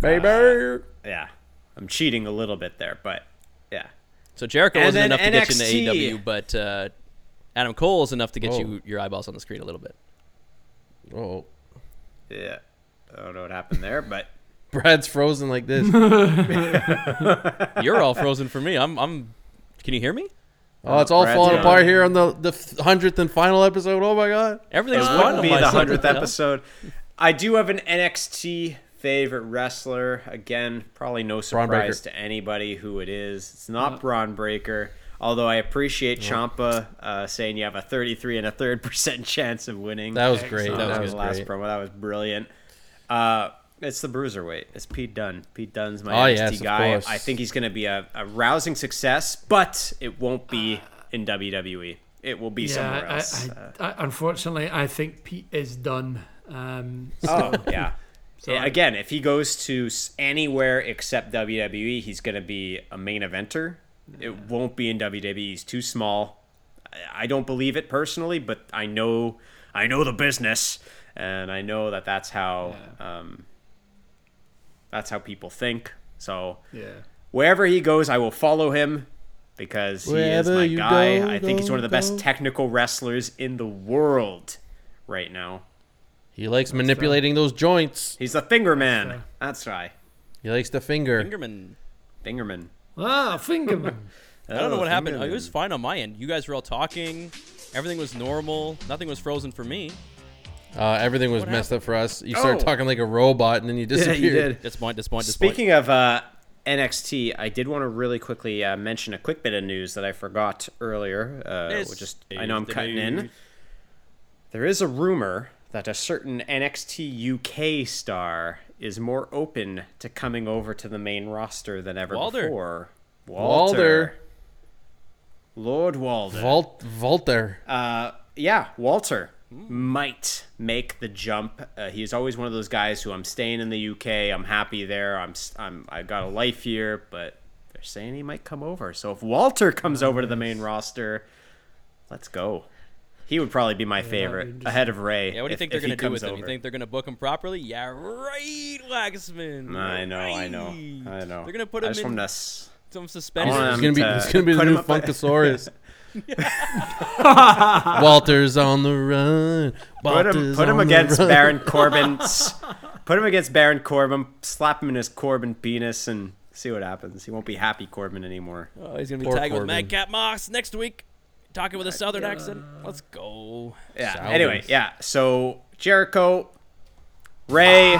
Baby. Yeah, I'm cheating a little bit there, but yeah, So Jericho And wasn't then enough to get NXT. you into AEW, but uh, Adam Cole is enough to get Whoa. Oh. you your eyeballs on the screen a little bit. Oh, yeah. I don't know what happened there, but Brad's frozen like this. You're all frozen for me. I'm. I'm. Can you hear me? Oh, it's all Brad's falling down. apart here on the the hundredth and final episode. Oh my god. Everything's it fine. would on be my the side. What hundredth hell? episode. I do have an NXT favorite wrestler. Again, probably no Breaker. surprise to anybody who it is. It's not Braun Breaker. Although I appreciate Champa uh, saying you have a 33 and a third percent chance of winning. That was great. That, That was was the last great. promo. That was brilliant. Uh, it's the bruiserweight. It's Pete Dunne. Pete Dunne's my Oh, NXT yes, of guy. course. I think he's going to be a, a rousing success, but it won't be in WWE. It will be somewhere Yeah, else. Uh, I, I, I, unfortunately, I think Pete is done. Um, Oh yeah. So Yeah, I- again, if he goes to s- anywhere except WWE, he's going to be a main eventer. It won't be in WWE. He's too small. I- I don't believe it personally, but I know I know the business, and I know that that's how um, that's how people think. So yeah. wherever he goes, I will follow him because he is Wherever my you guy. go, I think he's go, one of the best go. technical wrestlers in the world right now. He likes manipulating those joints. He's the finger man. That's right. He likes the finger. Fingerman. Fingerman. Ah, Fingerman. I Oh, don't know what happened. It was fine on my end. You guys were all talking. Everything was normal. Nothing was frozen for me. Uh, everything was messed up for us. You started Oh. talking like a robot, and then you disappeared. Disappoint. Disappoint. Disappoint. Speaking of uh, NXT, I did want to really quickly uh, mention a quick bit of news that I forgot earlier. Uh, This just is I know I'm the cutting in. news. There is a rumor that a certain NXT UK star is more open to coming over to the main roster than ever Walder. before. Walder. Lord Walder. Vault, Volter. yeah, Walter might make the jump. Uh, he's always one of those guys who I'm staying in the UK. I'm happy there. I'm s- I'm I got a life here, but they're saying he might come over. So if Walter comes over to the main roster, let's go. He would probably be my favorite ahead of Ray. yeah. What do you if- think they're if he gonna do comes with him? You over. think they're gonna book him properly? Yeah, right, Waxman. I know, I know, Right. I know. They're gonna put I him just want in to s- some I want suspension. It's him gonna be, to it's gonna be the put new him up by- Funkasaurus. Walter's on the run. put Walter's him, put him on the against run. Baron Corbin. s- put him against Baron Corbin. Slap him in his Corbin penis and see what happens. He won't be happy Corbin anymore. Oh, he's gonna be Poor tagged with Corbin. Madcap Moss next week, talking with a southern accent. Let's go. Yeah. Sounds. Anyway, yeah. So Jericho, Ray,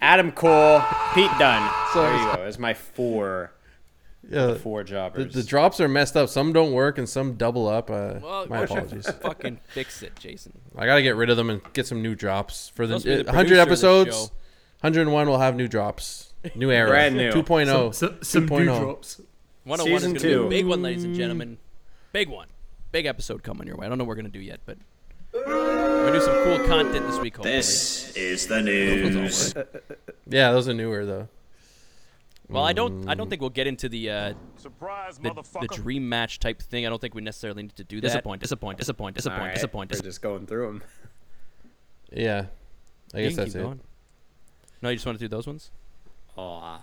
Adam Cole, Pete Dunn. there you go. There's my four Yeah, four the, jobbers. the drops are messed up. Some don't work, and some double up. Uh, Well, my apologies. Fucking fix it, Jason. I gotta get rid of them and get some new drops for the, Supposed to be the uh, 100 producer of this episodes. show. 101 will have new drops, new era, oh. Brand new. 2.0, Some, some, some dew 2.0. drops. 101 Season is going to be two. a big oh one, ladies and gentlemen. Big one. Big episode coming your way. I don't know what we're going to do yet, but we're going to do some cool content this week, hopefully. This is the news. Yeah, those are newer though. Well, I don't I don't think we'll get into the uh, the, the dream match type thing. I don't think we necessarily need to do that. Disappoint, disappoint, disappoint, All disappoint, right, disappoint, We're just going through them. Yeah, I guess that's it. No, you just want to do those ones? Aw.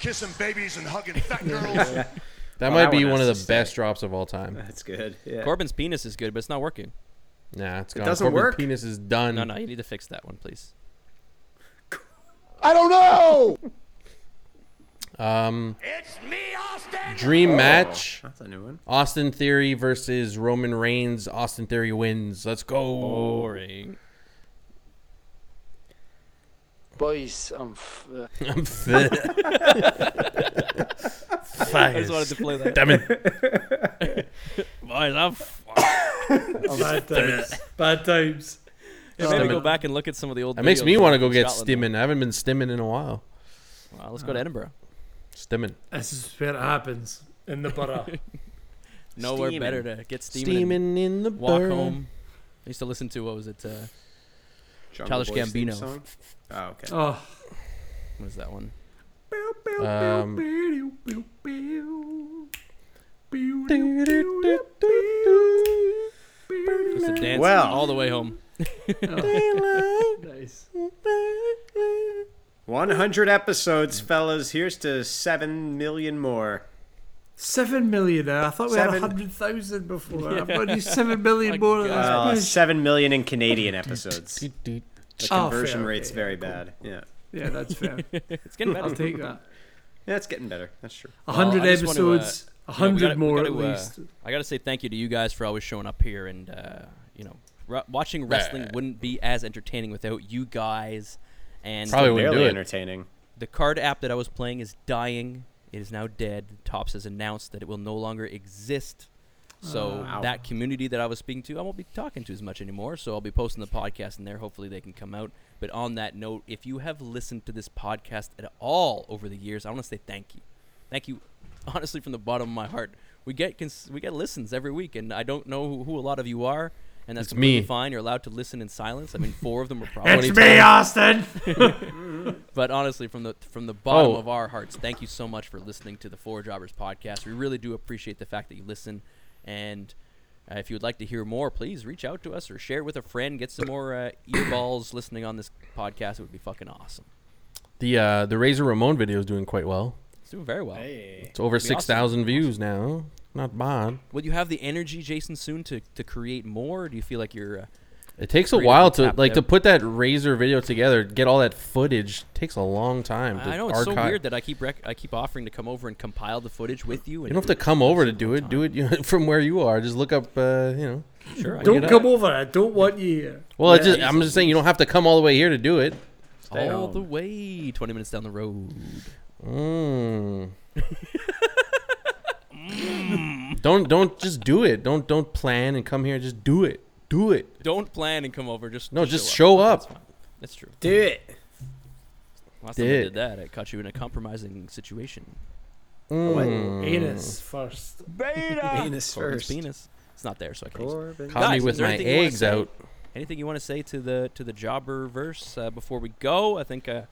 Kissing babies and hugging fat girls. That Well, might that be one one of has the to best drops of all time. That's good. Yeah. Corbin's penis is good, but it's not working. Nah, it's gone. doesn't Corbin's work? Penis is done. No, no, you need to fix that one, please. I don't know. Oh. Dream match: That's a new one. Austin Theory versus Roman Reigns. Austin Theory wins. Let's go. Boring. Boys, I'm f- uh, I'm fit. I just wanted to play that. Damn it. Boys, I'm f- Bad times. Bad times. Yeah, maybe go back and look at some of the old. That makes me want to go get Scotland. stimming. I haven't been stimming in a while. Wow, let's go to Edinburgh. Stimming. This is where it happens in the borough. Nowhere Steaming. better to get steaming. and Steaming in the Walk burn. home. I used to listen to what was it? Uh, Jungle Childish Boys theme Gambino. song? Oh, okay. Oh, what was that one? Um, Just a dance Well. all the way home. nice. 100 episodes, fellas. Here's to 7 million more. Seven million. eh? I thought we had Seven. had hundred thousand before. I've got these seven million more. than God. Uh, this. 7 million in Canadian episodes. The Oh, conversion fair, rate's okay, very bad. Yeah. yeah, that's fair. It's getting I'll better. take that. Yeah, it's getting better. That's true. A Well, hundred I just want to, uh, episodes. A You know, we hundred gotta- we more gotta, at uh, least. I gotta say thank you to you guys for always showing up here, and uh, you know, r- watching wrestling wouldn't be as entertaining without you guys. And Probably wouldn't Barely do it. entertaining. the card app that I was playing is dying. It is now dead. Tops has announced that it will no longer exist. So Oh, that community that I was speaking to, I won't be talking to as much anymore. So I'll be posting the podcast in there. Hopefully they can come out. But on that note, if you have listened to this podcast at all over the years, I want to say thank you. Thank you, honestly, from the bottom of my heart. We get cons- we get listens every week, and I don't know who, who a lot of you are, and that's It's completely me. fine. You're allowed to listen in silence. I mean, four of them were probably It's me, Austin. but honestly, from the from the bottom Oh. of our hearts, thank you so much for listening to the Four Jobbers podcast. We really do appreciate the fact that you listen, and uh, if you would like to hear more, please reach out to us or share with a friend. Get some more uh, earballs listening on this podcast. It would be fucking awesome. The uh, the Razor Ramon video is doing quite well. It's doing very well. It's That'd over be awesome. six thousand views now. Not bad. Will you have the energy, Jason, soon to, to create more? Or do you feel like you're uh, It takes a Creatively while to tapped like to out. put that Razor video together. Get all that footage takes a long time. To I know it's so archive. weird that I keep rec- I keep offering to come over and compile the footage with you. You don't have to come over to do it. Do it you know, from where you are. Just look up. Uh, you know. sure. I Don't get come over. I don't want you here. Well, it's just, uh, I'm just saying you don't have to come all the way here to do it. it all the way twenty minutes down the road. Mm. don't don't just do it. Don't don't plan and come here. Just do it. Do it. Don't plan and come over. Just No, just show up. That's, fine. That's true. Do it. Last time I did Dick. that, it caught you in a compromising situation. Oh, Mm. Anus first. Anus Corbin's first. penis. It's not there, so I can't. use it. Corbin. Caught Guys, me is with there my anything you wanna eggs say? out. Anything you want to say to the to the jobber verse uh, before we go? I think uh,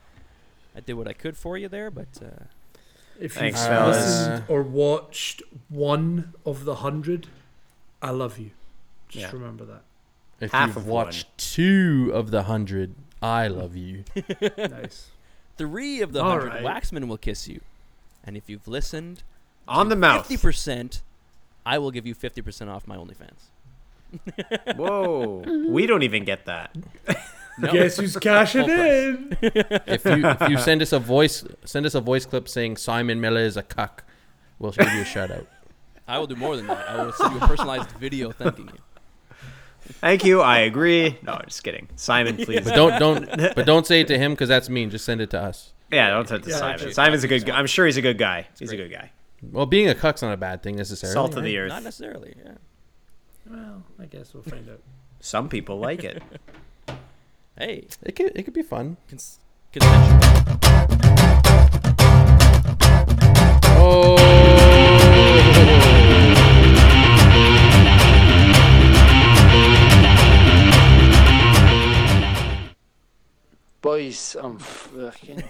I did what I could for you there, but uh, If you've Thanks, fellas. listened or watched one of the hundred, I love you. Just Yeah. remember that. If Half you've of watched two of the hundred, I love you. Nice. three of the All hundred right. waxmen will kiss you, and if you've listened On the mouth. fifty percent, I will give you fifty percent off my OnlyFans. Whoa. We don't even get that. Guess who's cashing in? if you if you send us a voice send us a voice clip saying Simon Miller is a cuck, we'll give you a shout out. I will do more than that. I will send you a personalized video thanking you. Thank you. I agree. No, just kidding. Simon, please. But don't don't but don't say it to him because that's mean. Just send it to us. Yeah, don't touch to Yeah, Simon. actually, Simon's a good guy. I'm sure he's a good guy. He's a good guy. Well, being a cuck's not a bad thing necessarily. Salt of right? the earth. Not necessarily. Yeah. Well, I guess we'll find out. Some people like it. Hey. It could it could be fun. Cons- consensual. Oh. Boys, I'm fucking.